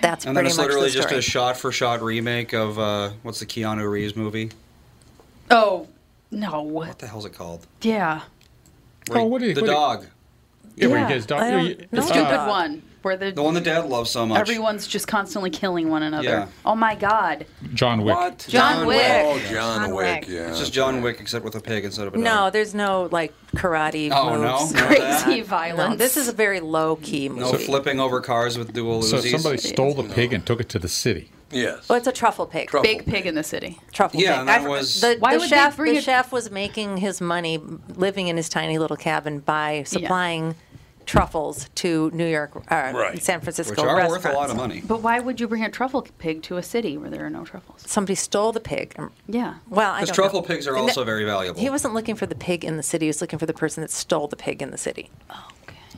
[SPEAKER 4] that's
[SPEAKER 7] And then
[SPEAKER 4] pretty
[SPEAKER 7] it's
[SPEAKER 4] much
[SPEAKER 7] literally
[SPEAKER 4] the
[SPEAKER 7] just
[SPEAKER 4] story.
[SPEAKER 7] a shot for shot remake of uh, what's the Keanu Reeves movie?
[SPEAKER 3] Oh no. What
[SPEAKER 7] the hell's it called?
[SPEAKER 3] Yeah.
[SPEAKER 7] Where
[SPEAKER 3] Oh,
[SPEAKER 7] he-
[SPEAKER 3] what do you-
[SPEAKER 7] the
[SPEAKER 3] what do you-
[SPEAKER 7] dog.
[SPEAKER 2] Yeah, where he gets dog-
[SPEAKER 3] I don't- the stupid one where the,
[SPEAKER 7] The one the dad loves so much.
[SPEAKER 3] everyone's just constantly killing one another.
[SPEAKER 7] Yeah.
[SPEAKER 3] Oh my god.
[SPEAKER 2] John Wick.
[SPEAKER 3] John Wick.
[SPEAKER 1] Oh, John,
[SPEAKER 3] John
[SPEAKER 1] Wick.
[SPEAKER 3] Wick.
[SPEAKER 1] Yeah.
[SPEAKER 7] It's just John Wick except with a pig instead of a dog.
[SPEAKER 4] No, there's no like karate
[SPEAKER 7] Oh, no?
[SPEAKER 4] moves.
[SPEAKER 7] None of
[SPEAKER 3] [laughs]
[SPEAKER 7] that? Crazy
[SPEAKER 4] No,
[SPEAKER 7] violence.
[SPEAKER 4] this is a very low key movie.
[SPEAKER 7] No flipping over cars with dual
[SPEAKER 2] So
[SPEAKER 7] Uzis.
[SPEAKER 2] somebody stole the pig and took it to the city.
[SPEAKER 1] Yes.
[SPEAKER 4] Well, it's a truffle pig.
[SPEAKER 3] Truffle Big pig in the city.
[SPEAKER 4] Truffle
[SPEAKER 7] Yeah,
[SPEAKER 4] pig.
[SPEAKER 7] and that
[SPEAKER 4] I've-
[SPEAKER 7] was-
[SPEAKER 4] the,
[SPEAKER 3] Why
[SPEAKER 4] the
[SPEAKER 3] would they
[SPEAKER 4] chef.
[SPEAKER 3] bring
[SPEAKER 4] The
[SPEAKER 3] it-
[SPEAKER 4] chef was making his money living in his tiny little cabin by supplying truffles to New York, uh, San Francisco restaurants.
[SPEAKER 3] But why would you bring a truffle pig to a city where there are no truffles?
[SPEAKER 4] Somebody stole the pig. Um,
[SPEAKER 3] Yeah.
[SPEAKER 4] Well, I
[SPEAKER 7] Because
[SPEAKER 4] don't
[SPEAKER 7] truffle
[SPEAKER 4] know.
[SPEAKER 7] pigs are
[SPEAKER 4] And
[SPEAKER 7] also
[SPEAKER 4] that-
[SPEAKER 7] very valuable.
[SPEAKER 4] He wasn't looking for the pig in the city. He was looking for the person that stole the pig in the city.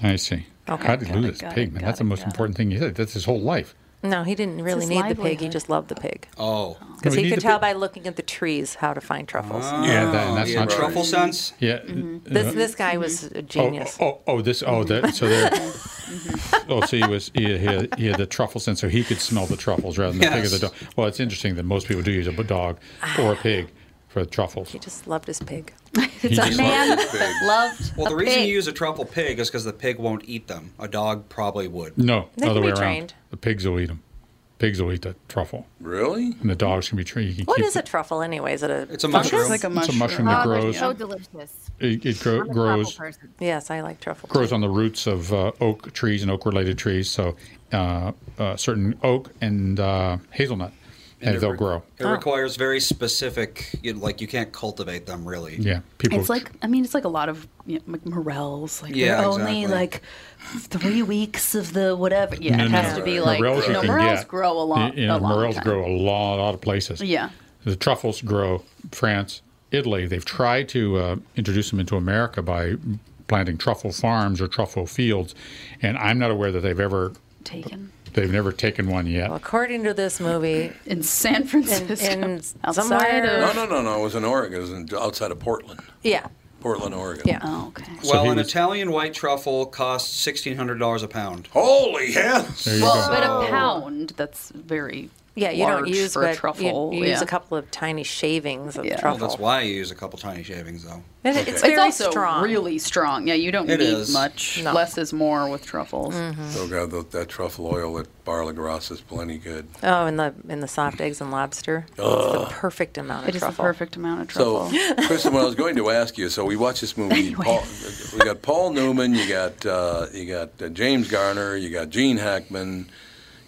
[SPEAKER 2] I see.
[SPEAKER 4] Okay.
[SPEAKER 2] How did
[SPEAKER 4] Got
[SPEAKER 2] he
[SPEAKER 4] it,
[SPEAKER 2] lose
[SPEAKER 4] got
[SPEAKER 2] this
[SPEAKER 4] it,
[SPEAKER 2] pig? Man, that's the most important thing he did. That's his whole life.
[SPEAKER 4] No, he didn't really
[SPEAKER 7] his
[SPEAKER 4] need the pig. He
[SPEAKER 7] livelihood.
[SPEAKER 4] just loved the pig.
[SPEAKER 7] Oh.
[SPEAKER 4] Because
[SPEAKER 2] No, he
[SPEAKER 4] he
[SPEAKER 2] need
[SPEAKER 4] could
[SPEAKER 2] the
[SPEAKER 4] tell by looking at the trees how to find truffles.
[SPEAKER 2] yeah, that, and that's
[SPEAKER 7] Ah. yeah,
[SPEAKER 2] not true.
[SPEAKER 7] truffle sense?
[SPEAKER 2] Yeah.
[SPEAKER 4] Mm-hmm. This
[SPEAKER 3] Mm-hmm.
[SPEAKER 2] uh,
[SPEAKER 4] this guy was a
[SPEAKER 2] Oh,
[SPEAKER 4] genius. Mm-hmm.
[SPEAKER 2] Oh, oh, oh, this. Oh, that. So there. oh, so he was. He had, he, had, he had the truffle sense, so he could smell the truffles rather than the pig or the
[SPEAKER 7] Yes.
[SPEAKER 2] dog. Well, it's interesting that most people do use a b- dog or a pig for truffles.
[SPEAKER 4] He just loved his
[SPEAKER 3] [laughs]
[SPEAKER 4] pig.
[SPEAKER 7] He
[SPEAKER 3] a
[SPEAKER 7] just
[SPEAKER 3] man
[SPEAKER 7] loved his
[SPEAKER 3] that
[SPEAKER 7] pig.
[SPEAKER 3] loved
[SPEAKER 7] Well,
[SPEAKER 3] a
[SPEAKER 7] the reason
[SPEAKER 3] pig.
[SPEAKER 7] you use a truffle pig is because the pig won't eat them. A dog probably would.
[SPEAKER 2] No,
[SPEAKER 7] They can
[SPEAKER 2] other
[SPEAKER 7] be
[SPEAKER 2] way around.
[SPEAKER 7] trained.
[SPEAKER 2] The pigs will eat them. Pigs will eat the truffle.
[SPEAKER 1] Really?
[SPEAKER 2] And the dogs can be trained. You can
[SPEAKER 4] What
[SPEAKER 2] keep
[SPEAKER 4] is a truffle anyway? Is it a?
[SPEAKER 2] It's a mushroom. It's like a It's a mushroom. mushroom that
[SPEAKER 9] Oh, they're
[SPEAKER 2] grows.
[SPEAKER 9] So delicious.
[SPEAKER 2] It, it
[SPEAKER 9] I'm
[SPEAKER 2] grow,
[SPEAKER 9] a
[SPEAKER 2] grows.
[SPEAKER 9] truffle person.
[SPEAKER 4] Yes, I like truffle.
[SPEAKER 2] grows on the roots of uh, oak trees and oak-related trees. So, uh, uh, certain oak and uh, hazelnut, and, they'll grow.
[SPEAKER 7] It
[SPEAKER 4] Oh.
[SPEAKER 7] requires very specific, you like you can't cultivate them really.
[SPEAKER 2] Yeah, people.
[SPEAKER 3] It's like I mean, it's like a lot of you know, like morels. Like
[SPEAKER 7] Yeah,
[SPEAKER 3] they're only
[SPEAKER 7] exactly.
[SPEAKER 3] like three weeks of the whatever. Yeah,
[SPEAKER 2] No,
[SPEAKER 3] it
[SPEAKER 2] no,
[SPEAKER 3] has
[SPEAKER 2] no.
[SPEAKER 3] to be like
[SPEAKER 2] morels you
[SPEAKER 3] no,
[SPEAKER 2] can
[SPEAKER 3] morels
[SPEAKER 2] get.
[SPEAKER 3] grow a lot.
[SPEAKER 2] You know,
[SPEAKER 3] a long
[SPEAKER 2] morels
[SPEAKER 3] time.
[SPEAKER 2] grow a lot, lot of places.
[SPEAKER 3] Yeah.
[SPEAKER 2] the truffles grow France, Italy. They've tried to uh, introduce them into America by planting truffle farms or truffle fields, and I'm not aware that they've ever
[SPEAKER 3] taken.
[SPEAKER 2] They've never taken one yet.
[SPEAKER 4] According to this movie,
[SPEAKER 3] in San Francisco,
[SPEAKER 4] in,
[SPEAKER 3] [laughs] outside
[SPEAKER 4] somewhere,
[SPEAKER 1] No, no, no, no. It was in Oregon. It was in, outside of Portland.
[SPEAKER 4] yeah,
[SPEAKER 1] Portland, Oregon.
[SPEAKER 4] yeah.
[SPEAKER 3] Oh, okay.
[SPEAKER 7] Well, an Italian white truffle costs sixteen hundred dollars a pound.
[SPEAKER 1] Holy hell!
[SPEAKER 3] Well, but a pound that's very
[SPEAKER 4] Yeah, you
[SPEAKER 7] large
[SPEAKER 4] don't use
[SPEAKER 7] for a
[SPEAKER 4] but
[SPEAKER 7] truffle,
[SPEAKER 4] You, you use
[SPEAKER 7] yeah.
[SPEAKER 4] a couple of tiny shavings of
[SPEAKER 7] Well,
[SPEAKER 4] truffle.
[SPEAKER 7] Oh, that's why I use a couple tiny shavings, though.
[SPEAKER 4] It- it's very
[SPEAKER 3] also
[SPEAKER 4] strong.
[SPEAKER 3] really strong. Yeah, you don't
[SPEAKER 7] It
[SPEAKER 3] need
[SPEAKER 7] is.
[SPEAKER 3] much. Less is more with truffles.
[SPEAKER 4] Mm.
[SPEAKER 1] Oh god, tho- that truffle oil at Bar La Grasse is plenty good.
[SPEAKER 4] Oh, and the and the soft eggs and lobster. It's
[SPEAKER 1] Ugh.
[SPEAKER 4] the perfect amount of
[SPEAKER 3] It is the
[SPEAKER 4] truffle.
[SPEAKER 3] perfect amount of
[SPEAKER 1] So, [laughs] Kristen, what I was going to ask you, so we watched this movie. Paul, we got Paul Newman, you got uh, you got uh, James Garner, you got Gene Hackman,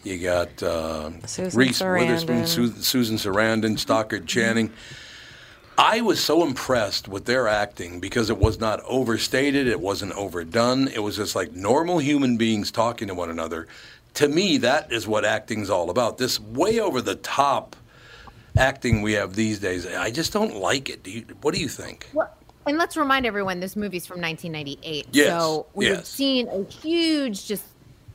[SPEAKER 1] you got uh,
[SPEAKER 4] Susan
[SPEAKER 1] Reese
[SPEAKER 4] Sarandon. Mm-hmm.
[SPEAKER 1] Witherspoon, Su- Susan Sarandon, Stockard Channing. I was so impressed with their acting because it was not overstated, it wasn't overdone. It was just like normal human beings talking to one another. To me, that is what acting's all about. This way over the top acting we have these days, I just don't like it. Do you, what do you think?
[SPEAKER 9] Well, and let's remind everyone this movie's from 1998.
[SPEAKER 1] Yes,
[SPEAKER 9] So we've
[SPEAKER 1] yes.
[SPEAKER 9] seen a huge just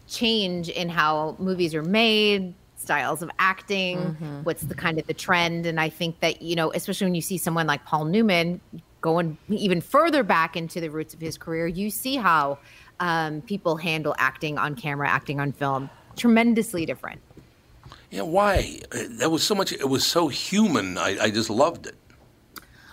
[SPEAKER 9] change in how movies are made, styles of acting,
[SPEAKER 3] Mm-hmm.
[SPEAKER 9] what's the kind of the trend. And I think that, you know, especially when you see someone like Paul Newman going even further back into the roots of his career, you see how um, people handle acting on camera, acting on film. Tremendously different.
[SPEAKER 1] Yeah, why? Uh, That was so much. It was so human. I, I just loved it.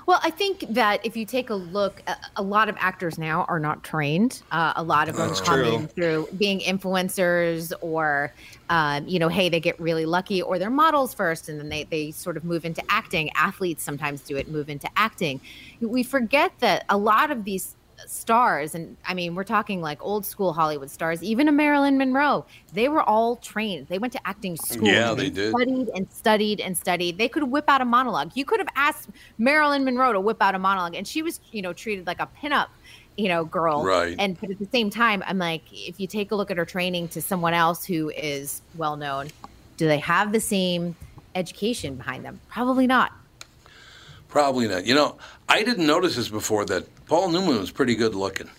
[SPEAKER 9] Well, I think that if you take a look, a, a lot of actors now are not trained. Uh, a lot of them
[SPEAKER 11] That's
[SPEAKER 9] come
[SPEAKER 11] true.
[SPEAKER 9] in through being influencers, or um, you know, hey, they get really lucky, or they're models first, and then they they sort of move into acting. Athletes sometimes do it, move into acting. We forget that a lot of these stars and i mean we're talking like old school hollywood stars even a marilyn monroe they were all trained they went to acting school
[SPEAKER 1] Yeah, they did.
[SPEAKER 9] studied and studied and studied they could whip out a monologue you could have asked marilyn monroe to whip out a monologue and she was you know treated like a pinup you know girl
[SPEAKER 11] Right.
[SPEAKER 9] and but at the same time i'm like if you take a look at her training to someone else who is well known do they have the same education behind them probably not
[SPEAKER 1] Probably not. You know, I didn't notice this before that Paul Newman was pretty good looking.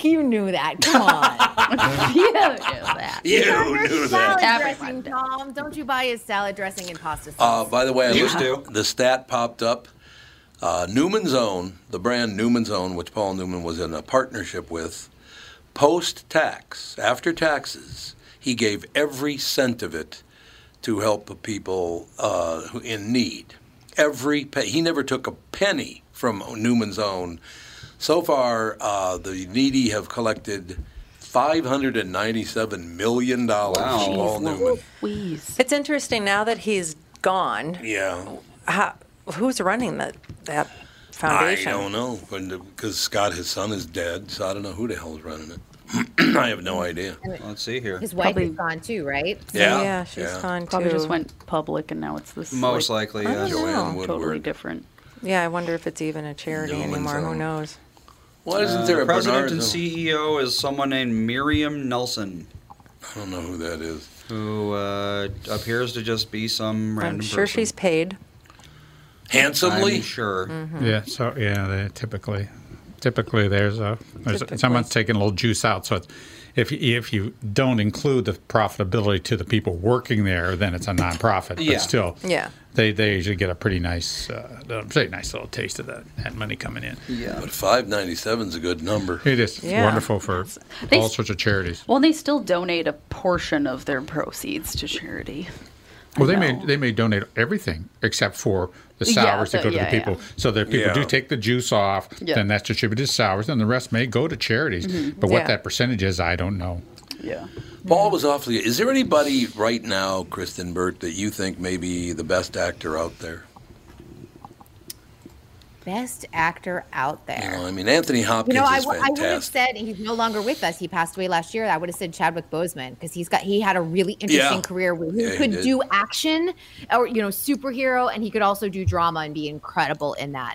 [SPEAKER 9] you knew that come [laughs] on you knew
[SPEAKER 1] [laughs]
[SPEAKER 9] that
[SPEAKER 1] You
[SPEAKER 9] got her
[SPEAKER 1] knew that.
[SPEAKER 9] salad
[SPEAKER 3] Everyone
[SPEAKER 9] dressing, Tom. Don't you buy his salad dressing and pasta sauce?
[SPEAKER 1] Uh, by the way, I
[SPEAKER 9] You
[SPEAKER 1] looked, the stat popped up. Uh, Newman's Own, the brand Newman's Own, which Paul Newman was in a partnership with, post tax, after taxes, he gave every cent of it to help people uh, who- in need. Every pe- he never took a penny from Newman's Own. So far, uh, the needy have collected five hundred and ninety-seven million dollars. from Paul Newman.
[SPEAKER 4] It's interesting now that he's gone.
[SPEAKER 1] Yeah.
[SPEAKER 4] How, who's running that that foundation?
[SPEAKER 1] I don't know because Scott, his son, is dead, so I don't know who the hell's running it. [clears throat] I have no idea.
[SPEAKER 7] Let's see here.
[SPEAKER 9] His wife is gone too, right?
[SPEAKER 1] Yeah. Yeah, she's Yeah. gone
[SPEAKER 3] Probably just
[SPEAKER 4] too.
[SPEAKER 3] went public, and now it's this
[SPEAKER 7] Most
[SPEAKER 3] like,
[SPEAKER 7] likely, I don't yes. know. Joanne
[SPEAKER 3] totally
[SPEAKER 7] Woodward.
[SPEAKER 3] different.
[SPEAKER 4] Yeah, I wonder if it's even a charity
[SPEAKER 7] Newman's
[SPEAKER 4] anymore. Who
[SPEAKER 7] own.
[SPEAKER 4] knows?
[SPEAKER 1] um, Why
[SPEAKER 3] Uh,
[SPEAKER 1] isn't there
[SPEAKER 7] Uh, the
[SPEAKER 1] a
[SPEAKER 7] president
[SPEAKER 1] Bernardo?
[SPEAKER 7] and CEO is someone named Miriam Nelson.
[SPEAKER 1] I don't know who that is.
[SPEAKER 7] Who uh, appears to just be some
[SPEAKER 4] I'm
[SPEAKER 7] random
[SPEAKER 4] sure
[SPEAKER 7] person.
[SPEAKER 4] she's paid. Mm.
[SPEAKER 1] Handsomely?
[SPEAKER 7] I'm sure.
[SPEAKER 2] Yeah. So yeah, they typically, typically there's a there's someone's taking a little juice out. So it's, if you, if you don't include the profitability to the people working there, then it's a nonprofit.
[SPEAKER 7] Yeah.
[SPEAKER 2] But still,
[SPEAKER 7] Yeah.
[SPEAKER 2] they they usually get a pretty nice, uh, a pretty nice little taste of that that money coming in.
[SPEAKER 7] Yeah.
[SPEAKER 1] But five ninety-seven is a good number.
[SPEAKER 2] It is It's
[SPEAKER 3] Yeah.
[SPEAKER 2] wonderful for
[SPEAKER 3] They-
[SPEAKER 2] all sorts of charities.
[SPEAKER 3] Well, and they still donate a portion of their proceeds to charity.
[SPEAKER 2] Well, they may they may donate everything except for the
[SPEAKER 3] Yeah,
[SPEAKER 2] salaries
[SPEAKER 3] the-
[SPEAKER 2] that go
[SPEAKER 3] yeah,
[SPEAKER 2] to the people.
[SPEAKER 3] yeah.
[SPEAKER 2] So that if people
[SPEAKER 1] Yeah.
[SPEAKER 2] do take the juice off,
[SPEAKER 3] Yeah.
[SPEAKER 2] then that's distributed to salaries, and the rest may go to charities.
[SPEAKER 1] Mhm.
[SPEAKER 2] But what
[SPEAKER 1] Yeah.
[SPEAKER 2] that percentage is, I don't know.
[SPEAKER 3] Yeah.
[SPEAKER 1] Paul was awfully. Is there anybody right now, Kristen Burt, that you think may be the best actor out there?
[SPEAKER 9] Best actor out there.
[SPEAKER 1] You know, I mean, Anthony Hopkins
[SPEAKER 9] you know, I,
[SPEAKER 1] is
[SPEAKER 9] w- I would have said
[SPEAKER 1] fantastic.
[SPEAKER 9] he's no longer with us. He passed away last year. I would have said Chadwick Boseman because he's got he had a really interesting
[SPEAKER 1] Yeah.
[SPEAKER 9] career where he
[SPEAKER 1] Yeah, he
[SPEAKER 9] could
[SPEAKER 1] did.
[SPEAKER 9] do action or you know superhero, and he could also do drama and be incredible in that.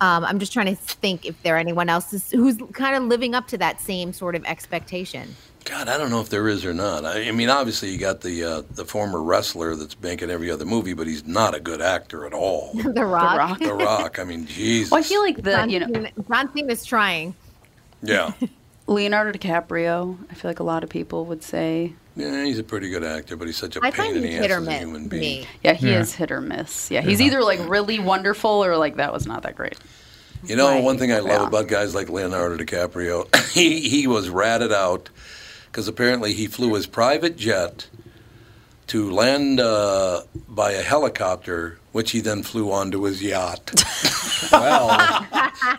[SPEAKER 9] Um, I'm just trying to think if there anyone else is, who's kind of living up to that same sort of expectation.
[SPEAKER 1] God, I don't know if there is or not. I, I mean, obviously you got the uh, the former wrestler that's making every other movie, but he's not a good actor at all.
[SPEAKER 9] [laughs] the Rock.
[SPEAKER 1] The Rock.
[SPEAKER 9] [laughs]
[SPEAKER 1] I mean, Jesus.
[SPEAKER 3] Well, I feel like the
[SPEAKER 9] John,
[SPEAKER 3] you know
[SPEAKER 9] Cena- John Cena's trying.
[SPEAKER 3] [laughs]
[SPEAKER 1] Yeah.
[SPEAKER 3] Leonardo DiCaprio. I feel like a lot of people would say
[SPEAKER 1] Yeah, he's a pretty good actor, but he's such a
[SPEAKER 3] I
[SPEAKER 1] pain
[SPEAKER 3] find
[SPEAKER 1] in the
[SPEAKER 3] he's
[SPEAKER 1] ass
[SPEAKER 3] hit or
[SPEAKER 1] as a
[SPEAKER 3] miss
[SPEAKER 1] human
[SPEAKER 3] to
[SPEAKER 1] being.
[SPEAKER 3] me. Yeah, he
[SPEAKER 1] Yeah.
[SPEAKER 3] is hit or miss. Yeah, he's
[SPEAKER 1] Yeah.
[SPEAKER 3] either like really wonderful or like that was not that great.
[SPEAKER 1] You know, one thing I love about guys like Leonardo DiCaprio, [laughs] he he was ratted out because apparently he flew his private jet to land uh, by a helicopter, which he then flew onto his yacht. [laughs] well,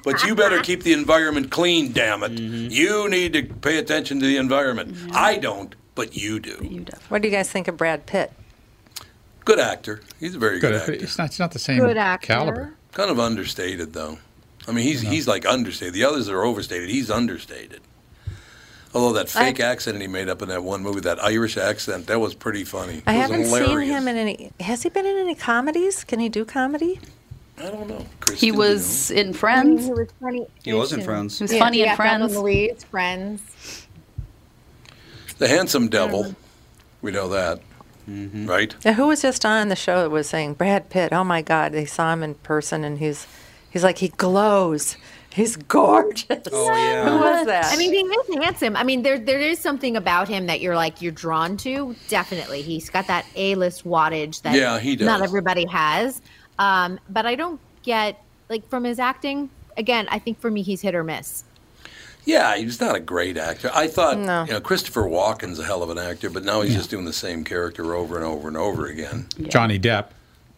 [SPEAKER 1] but you better keep the environment clean, damn it.
[SPEAKER 3] Mm-hmm.
[SPEAKER 1] You need to pay attention to the environment. I don't, but you do. You do.
[SPEAKER 4] What do you guys think of Brad Pitt?
[SPEAKER 1] Good actor. He's a very good, actor.
[SPEAKER 2] It's not, it's not the same caliber.
[SPEAKER 1] Kind of understated, though. I mean, he's he's like understated. The others are overstated. He's understated. Although that
[SPEAKER 4] I-
[SPEAKER 1] fake accent he made up in that one movie, that Irish accent, that was pretty funny.
[SPEAKER 4] I
[SPEAKER 1] it was
[SPEAKER 4] haven't seen
[SPEAKER 1] hilarious.
[SPEAKER 4] him in any. Has he been in any comedies? Can he do comedy?
[SPEAKER 1] I don't know.
[SPEAKER 3] He was in Friends.
[SPEAKER 9] He was funny.
[SPEAKER 7] He was in Friends.
[SPEAKER 3] He was funny in Friends.
[SPEAKER 9] Mm-hmm. Louise, Friends.
[SPEAKER 1] The handsome devil. We know that, right?
[SPEAKER 4] Now, who was just on the show that was saying Brad Pitt? Oh my God! They saw him in person, and he's he's like he glows. He's gorgeous. Oh yeah. Who was that?
[SPEAKER 9] I mean, he is handsome. I mean, there there is something about him that you're like you're drawn to. Definitely, he's got that A list wattage that
[SPEAKER 1] Yeah, he does.
[SPEAKER 9] not everybody has. Um, but I don't get like from his acting. Again, I think for me, he's hit or miss.
[SPEAKER 1] Yeah, he's not a great actor. I thought
[SPEAKER 9] No.
[SPEAKER 1] you know Christopher Walken's a hell of an actor, but now he's just doing the same character over and over and over again.
[SPEAKER 2] Johnny Depp,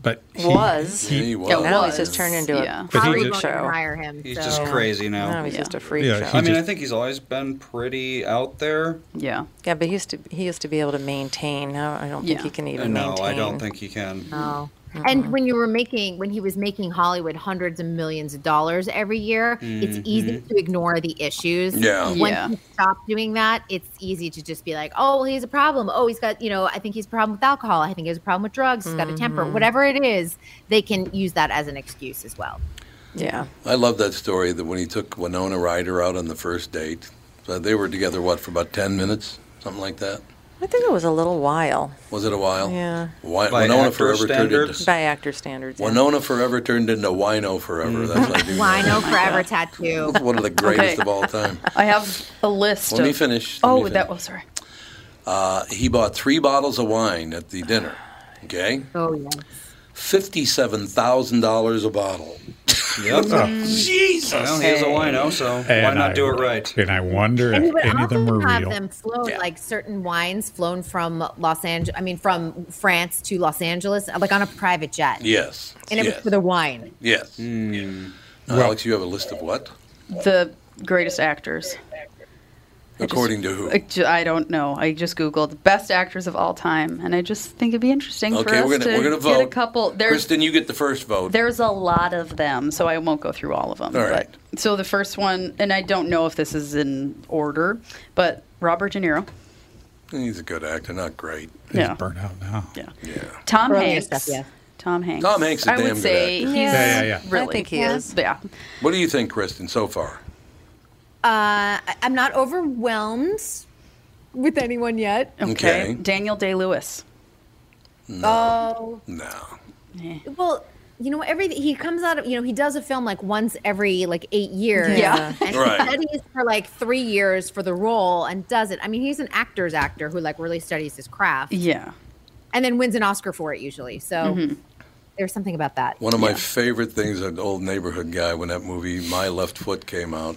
[SPEAKER 2] but he,
[SPEAKER 4] was.
[SPEAKER 2] he-
[SPEAKER 4] Now he's just turned into
[SPEAKER 2] Yeah.
[SPEAKER 4] a
[SPEAKER 2] But he
[SPEAKER 4] freak
[SPEAKER 2] just-
[SPEAKER 4] show.
[SPEAKER 9] Hire him.
[SPEAKER 7] He's just crazy now.
[SPEAKER 4] No, he's just a freak show.
[SPEAKER 7] I mean, I think he's always been pretty out there.
[SPEAKER 3] Yeah.
[SPEAKER 4] Yeah, but he used to he used to be able to maintain. No, I don't think he can even
[SPEAKER 7] no,
[SPEAKER 4] maintain. Oh.
[SPEAKER 7] I don't think he can.
[SPEAKER 9] No.
[SPEAKER 4] Uh-uh.
[SPEAKER 9] And when you were making, when he was making Hollywood hundreds of millions of dollars every year, it's easy
[SPEAKER 7] Mhm.
[SPEAKER 9] to ignore the issues.
[SPEAKER 7] Yeah.
[SPEAKER 9] Once
[SPEAKER 7] Yeah.
[SPEAKER 9] you stop doing that, it's easy to just be like, oh, well, he's a problem. Oh, he's got, you know, I think he's a problem with alcohol. I think he has a problem with drugs. He's got a temper.
[SPEAKER 4] Mhm.
[SPEAKER 9] Whatever it is, they can use that as an excuse as well.
[SPEAKER 4] Yeah.
[SPEAKER 1] I love that story that when he took Winona Ryder out on the first date, so they were together what for about ten minutes, something like that.
[SPEAKER 4] I think it was a little while.
[SPEAKER 1] Was it a while?
[SPEAKER 4] Yeah.
[SPEAKER 1] Wi-
[SPEAKER 7] By
[SPEAKER 1] Winona
[SPEAKER 7] actor
[SPEAKER 1] forever turned into
[SPEAKER 4] By actor standards. yeah.
[SPEAKER 1] Winona forever turned into Wino forever.
[SPEAKER 4] [laughs]
[SPEAKER 1] That's what I do. know.
[SPEAKER 9] Wino forever tattoo.
[SPEAKER 1] [laughs] One of the greatest
[SPEAKER 3] Okay.
[SPEAKER 1] of all time.
[SPEAKER 3] I have a list.
[SPEAKER 1] Let me
[SPEAKER 3] of-
[SPEAKER 1] finish. Let me
[SPEAKER 3] Oh,
[SPEAKER 1] finish.
[SPEAKER 3] that was sorry.
[SPEAKER 1] Uh, he bought three bottles of wine at the dinner. Okay.
[SPEAKER 9] Oh yeah.
[SPEAKER 1] Fifty-seven thousand dollars a bottle. [laughs]
[SPEAKER 7] Yep.
[SPEAKER 1] Oh,
[SPEAKER 7] Mm.
[SPEAKER 1] Jesus.
[SPEAKER 7] Well, he is a wino, so why
[SPEAKER 2] And
[SPEAKER 7] not
[SPEAKER 2] I-
[SPEAKER 7] do it right?
[SPEAKER 2] And I wonder
[SPEAKER 9] And you
[SPEAKER 2] if
[SPEAKER 9] would
[SPEAKER 2] any of them were
[SPEAKER 9] also have
[SPEAKER 2] real.
[SPEAKER 9] them flown like certain wines flown from Los Angeles. I mean, from France to Los Angeles, like on a private jet.
[SPEAKER 1] Yes.
[SPEAKER 9] And it was
[SPEAKER 1] yes.
[SPEAKER 9] for the wine.
[SPEAKER 1] yes.
[SPEAKER 7] Mm.
[SPEAKER 1] Yeah. Now, Alex, you have a list of what?
[SPEAKER 3] The greatest actors.
[SPEAKER 1] According to who?
[SPEAKER 3] I ju- I don't know. I just googled best actors of all time, and I just think it'd be interesting for
[SPEAKER 1] Okay,
[SPEAKER 3] us
[SPEAKER 1] we're gonna
[SPEAKER 3] to
[SPEAKER 1] we're gonna
[SPEAKER 3] get
[SPEAKER 1] vote.
[SPEAKER 3] a couple. There's
[SPEAKER 1] Kristen, you get the first vote.
[SPEAKER 3] There's a lot of them, so I won't go through all of them.
[SPEAKER 1] All right.
[SPEAKER 3] But, so the first one, and I don't know if this is in order, but Robert De Niro,
[SPEAKER 1] He's a good actor, not great.
[SPEAKER 3] Yeah.
[SPEAKER 2] Burnt out now.
[SPEAKER 3] Yeah. Tom
[SPEAKER 1] Earlier
[SPEAKER 3] Hanks,
[SPEAKER 1] stuff, yeah.
[SPEAKER 3] Tom Hanks.
[SPEAKER 1] Tom Hanks is a
[SPEAKER 3] I
[SPEAKER 1] damn
[SPEAKER 3] would
[SPEAKER 1] good
[SPEAKER 3] say
[SPEAKER 1] actor.
[SPEAKER 3] he's
[SPEAKER 1] Yeah, yeah, yeah. I
[SPEAKER 3] really.
[SPEAKER 4] think he is.
[SPEAKER 3] Yeah.
[SPEAKER 1] What do you think, Kristen, so far?
[SPEAKER 9] Uh, I- I'm not overwhelmed with anyone yet.
[SPEAKER 1] Okay.
[SPEAKER 3] Daniel Day Lewis.
[SPEAKER 9] Oh.
[SPEAKER 1] No.
[SPEAKER 9] Well, you know, every he comes out of you know he does a film like once every like eight years.
[SPEAKER 3] Yeah.
[SPEAKER 9] and
[SPEAKER 3] Right.
[SPEAKER 9] he studies for like three years for the role and does it. I mean, he's an actor's actor who like really studies his craft.
[SPEAKER 3] Yeah.
[SPEAKER 9] and then wins an Oscar for it usually. So there's something about that.
[SPEAKER 1] One of my favorite things, an old neighborhood guy, when that movie My Left Foot came out,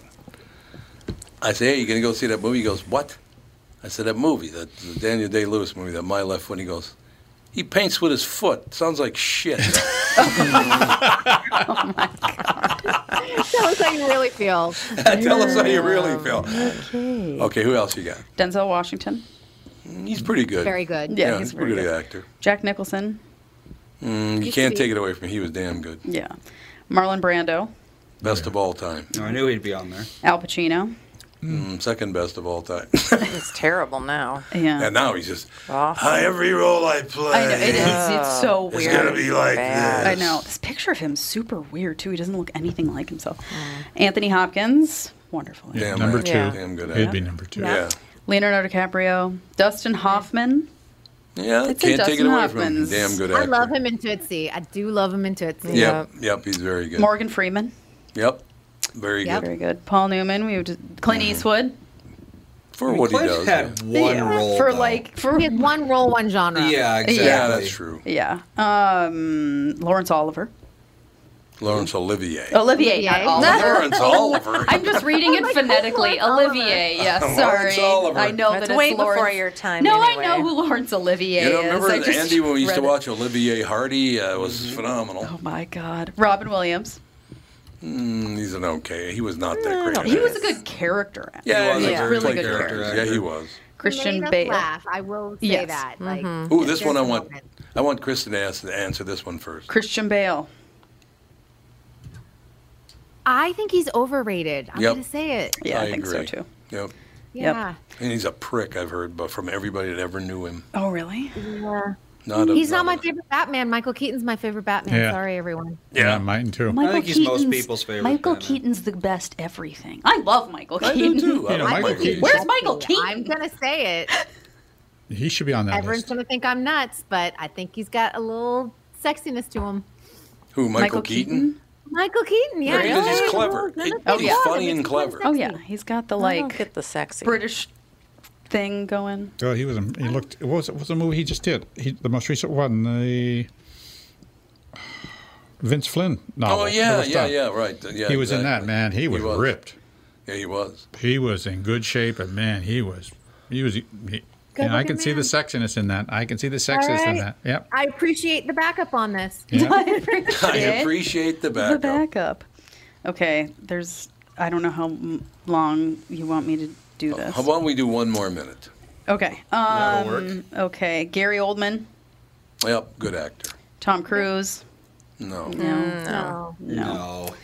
[SPEAKER 1] I say, hey, you going to go see that movie? He goes, what? I said, that movie, that the Daniel Day Lewis movie, that My Left Foot. He goes, he paints with his foot. Sounds
[SPEAKER 3] [laughs]
[SPEAKER 1] like shit. [laughs]
[SPEAKER 9] Tell us how you really feel.
[SPEAKER 1] [laughs] Tell us how you really feel.
[SPEAKER 9] Okay.
[SPEAKER 1] Okay, who else you got?
[SPEAKER 3] Denzel Washington,
[SPEAKER 1] He's pretty good.
[SPEAKER 3] Very good.
[SPEAKER 1] Yeah,
[SPEAKER 3] Yeah,
[SPEAKER 1] he's
[SPEAKER 3] he's
[SPEAKER 1] a pretty
[SPEAKER 3] very
[SPEAKER 1] good
[SPEAKER 3] good.
[SPEAKER 1] actor.
[SPEAKER 3] Jack Nicholson,
[SPEAKER 1] Mm, you
[SPEAKER 3] Used to
[SPEAKER 1] can't
[SPEAKER 3] be-
[SPEAKER 1] take it away from him. He was damn good.
[SPEAKER 3] yeah, Marlon Brando,
[SPEAKER 1] Best of all time.
[SPEAKER 7] I knew he'd be on there.
[SPEAKER 3] Al
[SPEAKER 1] [laughs]
[SPEAKER 3] Pacino.
[SPEAKER 1] Mm, second best of all time.
[SPEAKER 4] It's terrible now.
[SPEAKER 3] [laughs] Yeah.
[SPEAKER 1] And now he's just
[SPEAKER 4] Awful.
[SPEAKER 1] "Hi, every role I play.
[SPEAKER 3] I know, it is. It's so
[SPEAKER 1] It's
[SPEAKER 3] weird.
[SPEAKER 1] gonna be like Bad.
[SPEAKER 3] I
[SPEAKER 1] this.
[SPEAKER 3] know. This picture of him is super weird too. He doesn't look anything like himself. Anthony Hopkins, wonderful.
[SPEAKER 2] Yeah,
[SPEAKER 1] Damn
[SPEAKER 2] number
[SPEAKER 1] right.
[SPEAKER 2] two.
[SPEAKER 1] Yeah. Damn good
[SPEAKER 2] It'd
[SPEAKER 1] actor.
[SPEAKER 2] be number two.
[SPEAKER 1] Yeah.
[SPEAKER 3] Leonardo DiCaprio, Dustin Hoffman.
[SPEAKER 1] Yeah,
[SPEAKER 3] I'd say
[SPEAKER 1] can't take it
[SPEAKER 3] Dustin
[SPEAKER 1] away from him.
[SPEAKER 3] Hoffman's-
[SPEAKER 1] Damn good
[SPEAKER 9] I
[SPEAKER 1] actor.
[SPEAKER 9] love him in Tootsie. I do love him in Tootsie.
[SPEAKER 1] Yep, yep, he's very good.
[SPEAKER 3] Morgan Freeman.
[SPEAKER 1] Yep, very
[SPEAKER 3] Yeah, very
[SPEAKER 1] good.
[SPEAKER 3] good. Paul Newman. We would Clint Eastwood.
[SPEAKER 1] For what he does. yeah.
[SPEAKER 3] for like for
[SPEAKER 9] one role, one genre.
[SPEAKER 1] Yeah,
[SPEAKER 3] Yeah,
[SPEAKER 1] that's true.
[SPEAKER 3] Yeah. Um, Lawrence Oliver.
[SPEAKER 1] Laurence Olivier. [laughs]
[SPEAKER 3] Olivier, not Oliver. [laughs]
[SPEAKER 1] Laurence Oliver.
[SPEAKER 3] I'm just reading it phonetically. Olivier, yeah,
[SPEAKER 1] Laurence
[SPEAKER 3] sorry.
[SPEAKER 1] Oliver.
[SPEAKER 3] I know
[SPEAKER 4] That's
[SPEAKER 3] that it's
[SPEAKER 4] way before
[SPEAKER 3] Laurence-
[SPEAKER 4] your time,
[SPEAKER 3] No,
[SPEAKER 4] anyway.
[SPEAKER 3] I know who Laurence Olivier
[SPEAKER 1] You know,
[SPEAKER 3] is.
[SPEAKER 1] remember
[SPEAKER 3] I just
[SPEAKER 1] Andy when we used to
[SPEAKER 3] read it.
[SPEAKER 1] watch Olivier Hardy? Uh, it was phenomenal.
[SPEAKER 3] Oh my God, Robin Williams.
[SPEAKER 1] Mm, he's an okay. He was not that great.
[SPEAKER 3] He was a good character. actor.
[SPEAKER 1] Yeah,
[SPEAKER 3] he was
[SPEAKER 1] yeah.
[SPEAKER 3] a really good character.
[SPEAKER 1] Yeah, he was.
[SPEAKER 3] Christian
[SPEAKER 9] Made us
[SPEAKER 3] Bale.
[SPEAKER 9] laugh, I will say
[SPEAKER 3] Yes. Mm-hmm.
[SPEAKER 9] that. Like,
[SPEAKER 1] Ooh, this one I
[SPEAKER 9] there's a
[SPEAKER 1] want.
[SPEAKER 9] moment.
[SPEAKER 1] I want Kristen to ask, answer this one first.
[SPEAKER 3] Christian Bale.
[SPEAKER 9] I think he's overrated. I'm
[SPEAKER 1] Yep.
[SPEAKER 9] gonna say it.
[SPEAKER 1] too. Yep.
[SPEAKER 9] Yeah.
[SPEAKER 1] And he's a prick, I've heard, but from everybody that ever knew him.
[SPEAKER 3] Oh really?
[SPEAKER 9] Yeah.
[SPEAKER 1] Not a,
[SPEAKER 9] he's not my favorite Batman. Michael Keaton's my favorite Batman.
[SPEAKER 2] Yeah.
[SPEAKER 9] Sorry, everyone.
[SPEAKER 2] Yeah, mine too.
[SPEAKER 3] Michael Keaton's- Michael
[SPEAKER 2] Keaton.
[SPEAKER 3] Keaton's the best everything. I love Michael
[SPEAKER 2] I do
[SPEAKER 3] Keaton. [laughs]
[SPEAKER 2] too. I You know, like Michael Michael Keaton.
[SPEAKER 3] Where's
[SPEAKER 2] Keaton.
[SPEAKER 3] Michael Keaton?
[SPEAKER 9] I'm gonna say it.
[SPEAKER 3] [laughs]
[SPEAKER 2] He should be on that
[SPEAKER 9] Everyone's
[SPEAKER 2] list.
[SPEAKER 9] gonna think I'm nuts, but I think he's got a little sexiness to him.
[SPEAKER 1] Who, Michael,
[SPEAKER 3] Michael
[SPEAKER 1] Keaton? Oh,
[SPEAKER 9] Michael Keaton, yeah.
[SPEAKER 1] Yeah, because he's
[SPEAKER 9] really?
[SPEAKER 1] clever.
[SPEAKER 9] No, no,
[SPEAKER 1] He-
[SPEAKER 9] no,
[SPEAKER 1] he's
[SPEAKER 9] no, no,
[SPEAKER 1] funny
[SPEAKER 9] no,
[SPEAKER 1] and
[SPEAKER 9] no,
[SPEAKER 1] clever.
[SPEAKER 3] Oh yeah, he's got the like
[SPEAKER 4] get the sexy
[SPEAKER 3] British thing going.
[SPEAKER 2] Oh, he was. a- He looked. What was it? What was the movie he just did? He, the most recent one, the [sighs] Vince Flynn novel.
[SPEAKER 1] Oh yeah,
[SPEAKER 2] Never
[SPEAKER 1] yeah,
[SPEAKER 2] Stop.
[SPEAKER 1] yeah. Right. Yeah.
[SPEAKER 2] he was in that
[SPEAKER 1] exactly.
[SPEAKER 2] man. He was, ripped.
[SPEAKER 1] Yeah, he was.
[SPEAKER 2] He was in good shape, and man, he was. He was. He, and I
[SPEAKER 9] Good-looking
[SPEAKER 2] can see the
[SPEAKER 9] man.
[SPEAKER 2] sexiness in that. I can see the
[SPEAKER 9] All
[SPEAKER 2] sexiness in
[SPEAKER 9] right.
[SPEAKER 2] that. Yep.
[SPEAKER 9] I appreciate the backup on this.
[SPEAKER 2] Yeah.
[SPEAKER 3] [laughs] I appreciate,
[SPEAKER 1] [laughs] I appreciate the
[SPEAKER 3] the
[SPEAKER 1] backup.
[SPEAKER 3] backup. Okay, there's. I don't know how m- long you want me to do this.
[SPEAKER 1] Uh, How about we do one more minute?
[SPEAKER 3] Okay.
[SPEAKER 1] That'll work.
[SPEAKER 3] Um, okay. Gary Oldman,
[SPEAKER 1] Yep. Good actor.
[SPEAKER 3] Tom Cruise.
[SPEAKER 1] No.
[SPEAKER 3] Mm, No. No.
[SPEAKER 1] No.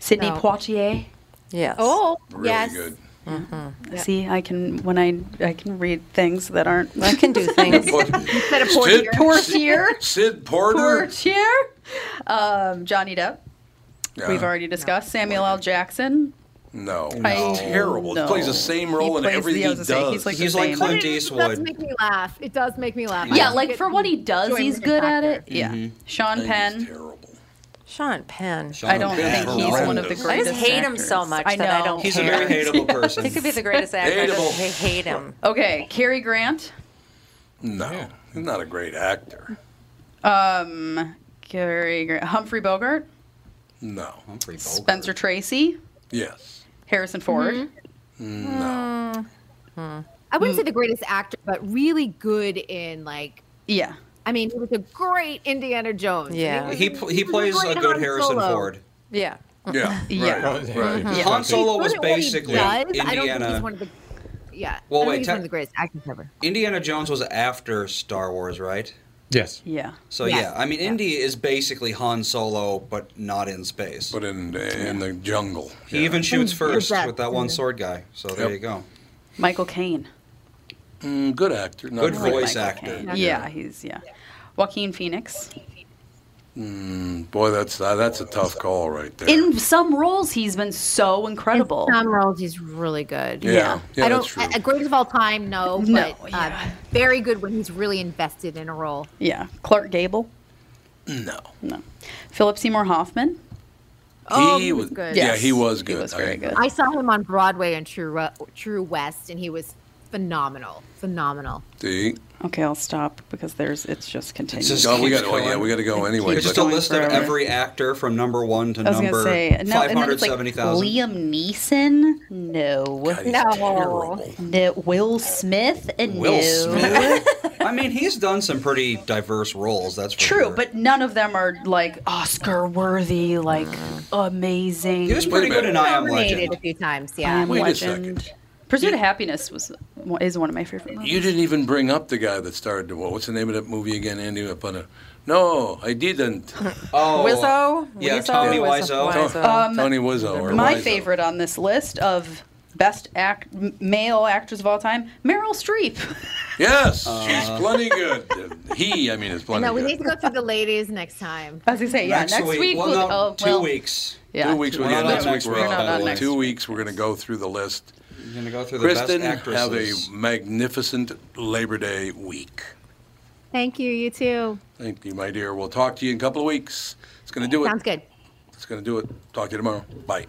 [SPEAKER 3] Sidney
[SPEAKER 4] No.
[SPEAKER 3] Poitier.
[SPEAKER 4] Yes.
[SPEAKER 3] Oh,
[SPEAKER 1] Really
[SPEAKER 3] yes.
[SPEAKER 1] good.
[SPEAKER 9] Mm-hmm.
[SPEAKER 3] See, I can when I I can read things that aren't. I can [laughs] do
[SPEAKER 4] things.
[SPEAKER 3] Instead of
[SPEAKER 1] Sid-
[SPEAKER 3] Portier. Portier.
[SPEAKER 1] Sid Porter.
[SPEAKER 3] Portier. Um, Johnny Depp.
[SPEAKER 1] Yeah.
[SPEAKER 3] We've already discussed Samuel L. Jackson.
[SPEAKER 1] No.
[SPEAKER 3] I-
[SPEAKER 1] He's terrible.
[SPEAKER 3] no.
[SPEAKER 1] He plays the same
[SPEAKER 3] He
[SPEAKER 1] role in
[SPEAKER 3] plays the-
[SPEAKER 1] everything
[SPEAKER 3] I
[SPEAKER 1] he
[SPEAKER 3] was
[SPEAKER 1] does.
[SPEAKER 3] gonna say, he's like the He's like same. Clint
[SPEAKER 9] It does make me laugh. It does make me laugh. I
[SPEAKER 3] Yeah,
[SPEAKER 9] don't
[SPEAKER 3] like
[SPEAKER 9] get-
[SPEAKER 3] for what he does,
[SPEAKER 9] enjoy
[SPEAKER 3] he's
[SPEAKER 9] him as
[SPEAKER 3] good
[SPEAKER 9] an
[SPEAKER 3] at
[SPEAKER 9] actor.
[SPEAKER 3] it. Yeah. Sean Penn.
[SPEAKER 4] Sean Penn.
[SPEAKER 3] I don't think he's one of the
[SPEAKER 4] I
[SPEAKER 3] greatest.
[SPEAKER 4] just hate him so
[SPEAKER 3] actors.
[SPEAKER 4] much
[SPEAKER 3] I
[SPEAKER 4] that I
[SPEAKER 3] know.
[SPEAKER 4] don't
[SPEAKER 7] He's a
[SPEAKER 4] care. [laughs]
[SPEAKER 7] very hateable person.
[SPEAKER 4] He could be the greatest actor. I just ha- hate him.
[SPEAKER 3] Okay, Cary Grant.
[SPEAKER 1] No. He's not a great actor.
[SPEAKER 3] Um, Cary Grant. Humphrey Bogart.
[SPEAKER 1] No. Humphrey
[SPEAKER 3] Spencer Tracy.
[SPEAKER 1] Yes.
[SPEAKER 3] Harrison Ford.
[SPEAKER 4] Mm-hmm.
[SPEAKER 1] No.
[SPEAKER 9] Hmm. I wouldn't say the greatest actor, but really good in like.
[SPEAKER 3] Yeah.
[SPEAKER 9] I mean, he was a great Indiana Jones.
[SPEAKER 7] Yeah.
[SPEAKER 9] was-
[SPEAKER 7] He pl- he
[SPEAKER 9] was
[SPEAKER 7] plays a
[SPEAKER 9] great
[SPEAKER 7] good
[SPEAKER 9] Han
[SPEAKER 7] Harrison
[SPEAKER 9] Solo.
[SPEAKER 7] Ford.
[SPEAKER 4] Yeah. Uh-huh.
[SPEAKER 1] Yeah. Right. right.
[SPEAKER 7] Mhm. Han Solo was
[SPEAKER 9] He's good at what he
[SPEAKER 7] basically
[SPEAKER 9] does. I don't think
[SPEAKER 7] Indiana-
[SPEAKER 9] he's one of the, yeah.
[SPEAKER 7] Well,
[SPEAKER 9] I don't
[SPEAKER 7] wait,
[SPEAKER 9] think he's
[SPEAKER 7] tell-
[SPEAKER 9] one of the greatest actors ever.
[SPEAKER 7] Indiana Jones was after Star Wars, right?
[SPEAKER 2] Yes.
[SPEAKER 3] Yeah.
[SPEAKER 7] So
[SPEAKER 9] Yes.
[SPEAKER 7] yeah, I mean, Indy is basically Han Solo, but not in space. But
[SPEAKER 1] in in the jungle,
[SPEAKER 7] he even shoots first
[SPEAKER 3] Exactly.
[SPEAKER 7] with that one sword guy. So there you go.
[SPEAKER 3] Michael Caine.
[SPEAKER 1] Mm, good actor. Not
[SPEAKER 7] Good
[SPEAKER 1] great.
[SPEAKER 7] voice actor.
[SPEAKER 3] Yeah, he's yeah. Joaquin Phoenix.
[SPEAKER 1] Mm, boy, that's uh, that's a tough call right there.
[SPEAKER 3] In some roles, he's been so incredible.
[SPEAKER 9] Tom Rolls, he's really good.
[SPEAKER 1] Yeah. Yeah. Yeah,
[SPEAKER 9] I don't.
[SPEAKER 1] that's true.
[SPEAKER 9] a- a greatest of all time, no,
[SPEAKER 3] No,
[SPEAKER 9] but uh, very good when he's really invested in a role.
[SPEAKER 3] Yeah, Clark Gable.
[SPEAKER 1] No.
[SPEAKER 3] No. Philip Seymour Hoffman.
[SPEAKER 9] Oh, he was good.
[SPEAKER 1] Yeah,
[SPEAKER 9] Yes.
[SPEAKER 1] he was good. I
[SPEAKER 3] very
[SPEAKER 1] agree.
[SPEAKER 3] good.
[SPEAKER 9] I saw him on Broadway in True Ru- True West, and he was phenomenal, phenomenal.
[SPEAKER 1] See?
[SPEAKER 3] Okay, I'll stop because there's it's just continuing.
[SPEAKER 1] oh, we got. Oh, yeah, we got to go anyway.
[SPEAKER 7] It's
[SPEAKER 1] but-
[SPEAKER 7] just a list of every actor from number one to
[SPEAKER 3] I was
[SPEAKER 7] number
[SPEAKER 3] gonna say no,
[SPEAKER 7] five
[SPEAKER 3] and then
[SPEAKER 7] hundred
[SPEAKER 3] it's like
[SPEAKER 7] seventy thousand.
[SPEAKER 3] Liam Neeson, no, no, no, Will Smith, and
[SPEAKER 7] Will
[SPEAKER 3] no.
[SPEAKER 7] Smith. I mean, he's done some pretty diverse roles. That's for
[SPEAKER 3] True,
[SPEAKER 7] sure.
[SPEAKER 3] but none of them are like Oscar worthy, like amazing.
[SPEAKER 7] He was pretty good in I Am
[SPEAKER 9] Nominated
[SPEAKER 7] Legend.
[SPEAKER 9] a few times,
[SPEAKER 3] I
[SPEAKER 9] yeah.
[SPEAKER 3] Am Legend. Pursuit of Happiness was is one of my favorite movies.
[SPEAKER 1] You didn't even bring up the guy that starred. Well, what's the name of that movie again, Andy? Up on a, no,
[SPEAKER 3] [laughs]
[SPEAKER 1] I didn't.
[SPEAKER 7] Oh,
[SPEAKER 3] Wizzo?
[SPEAKER 7] Yeah,
[SPEAKER 3] Wizzo?
[SPEAKER 7] Tommy
[SPEAKER 3] Wizzo.
[SPEAKER 7] Wiseau.
[SPEAKER 3] Wiseau. Um,
[SPEAKER 1] Oh, Tony Wizzo. Or
[SPEAKER 3] My
[SPEAKER 1] Wiseau.
[SPEAKER 3] favorite on this list of best act m- male actors of all time, Meryl Streep.
[SPEAKER 1] Yes, she's
[SPEAKER 3] Uh.
[SPEAKER 1] plenty good. [laughs] He, I mean, is plenty
[SPEAKER 9] No, we
[SPEAKER 1] good.
[SPEAKER 9] need to go through
[SPEAKER 3] [laughs]
[SPEAKER 9] the ladies next time.
[SPEAKER 3] As you say, yeah, next, week.
[SPEAKER 7] well,
[SPEAKER 3] we'll-
[SPEAKER 7] no,
[SPEAKER 3] oh,
[SPEAKER 7] two
[SPEAKER 3] well,
[SPEAKER 7] weeks.
[SPEAKER 3] Yeah,
[SPEAKER 1] two weeks.
[SPEAKER 3] two
[SPEAKER 1] We're
[SPEAKER 3] weeks.
[SPEAKER 1] yeah,
[SPEAKER 3] We're
[SPEAKER 1] next
[SPEAKER 3] not
[SPEAKER 1] week.
[SPEAKER 3] on
[SPEAKER 1] We're
[SPEAKER 3] next week.
[SPEAKER 1] off that
[SPEAKER 3] We're not on
[SPEAKER 1] list.
[SPEAKER 3] next
[SPEAKER 1] Two weeks. We're going to go through the list.
[SPEAKER 7] You're gonna go through the
[SPEAKER 1] Kristen,
[SPEAKER 7] best
[SPEAKER 1] have a
[SPEAKER 7] actresses.
[SPEAKER 1] magnificent Labor Day week.
[SPEAKER 9] Thank you, you too.
[SPEAKER 1] Thank you, my dear. We'll talk to you in a couple of weeks. It's going to do it.
[SPEAKER 9] Sounds good.
[SPEAKER 1] It's going to do it. Talk to you tomorrow. Bye.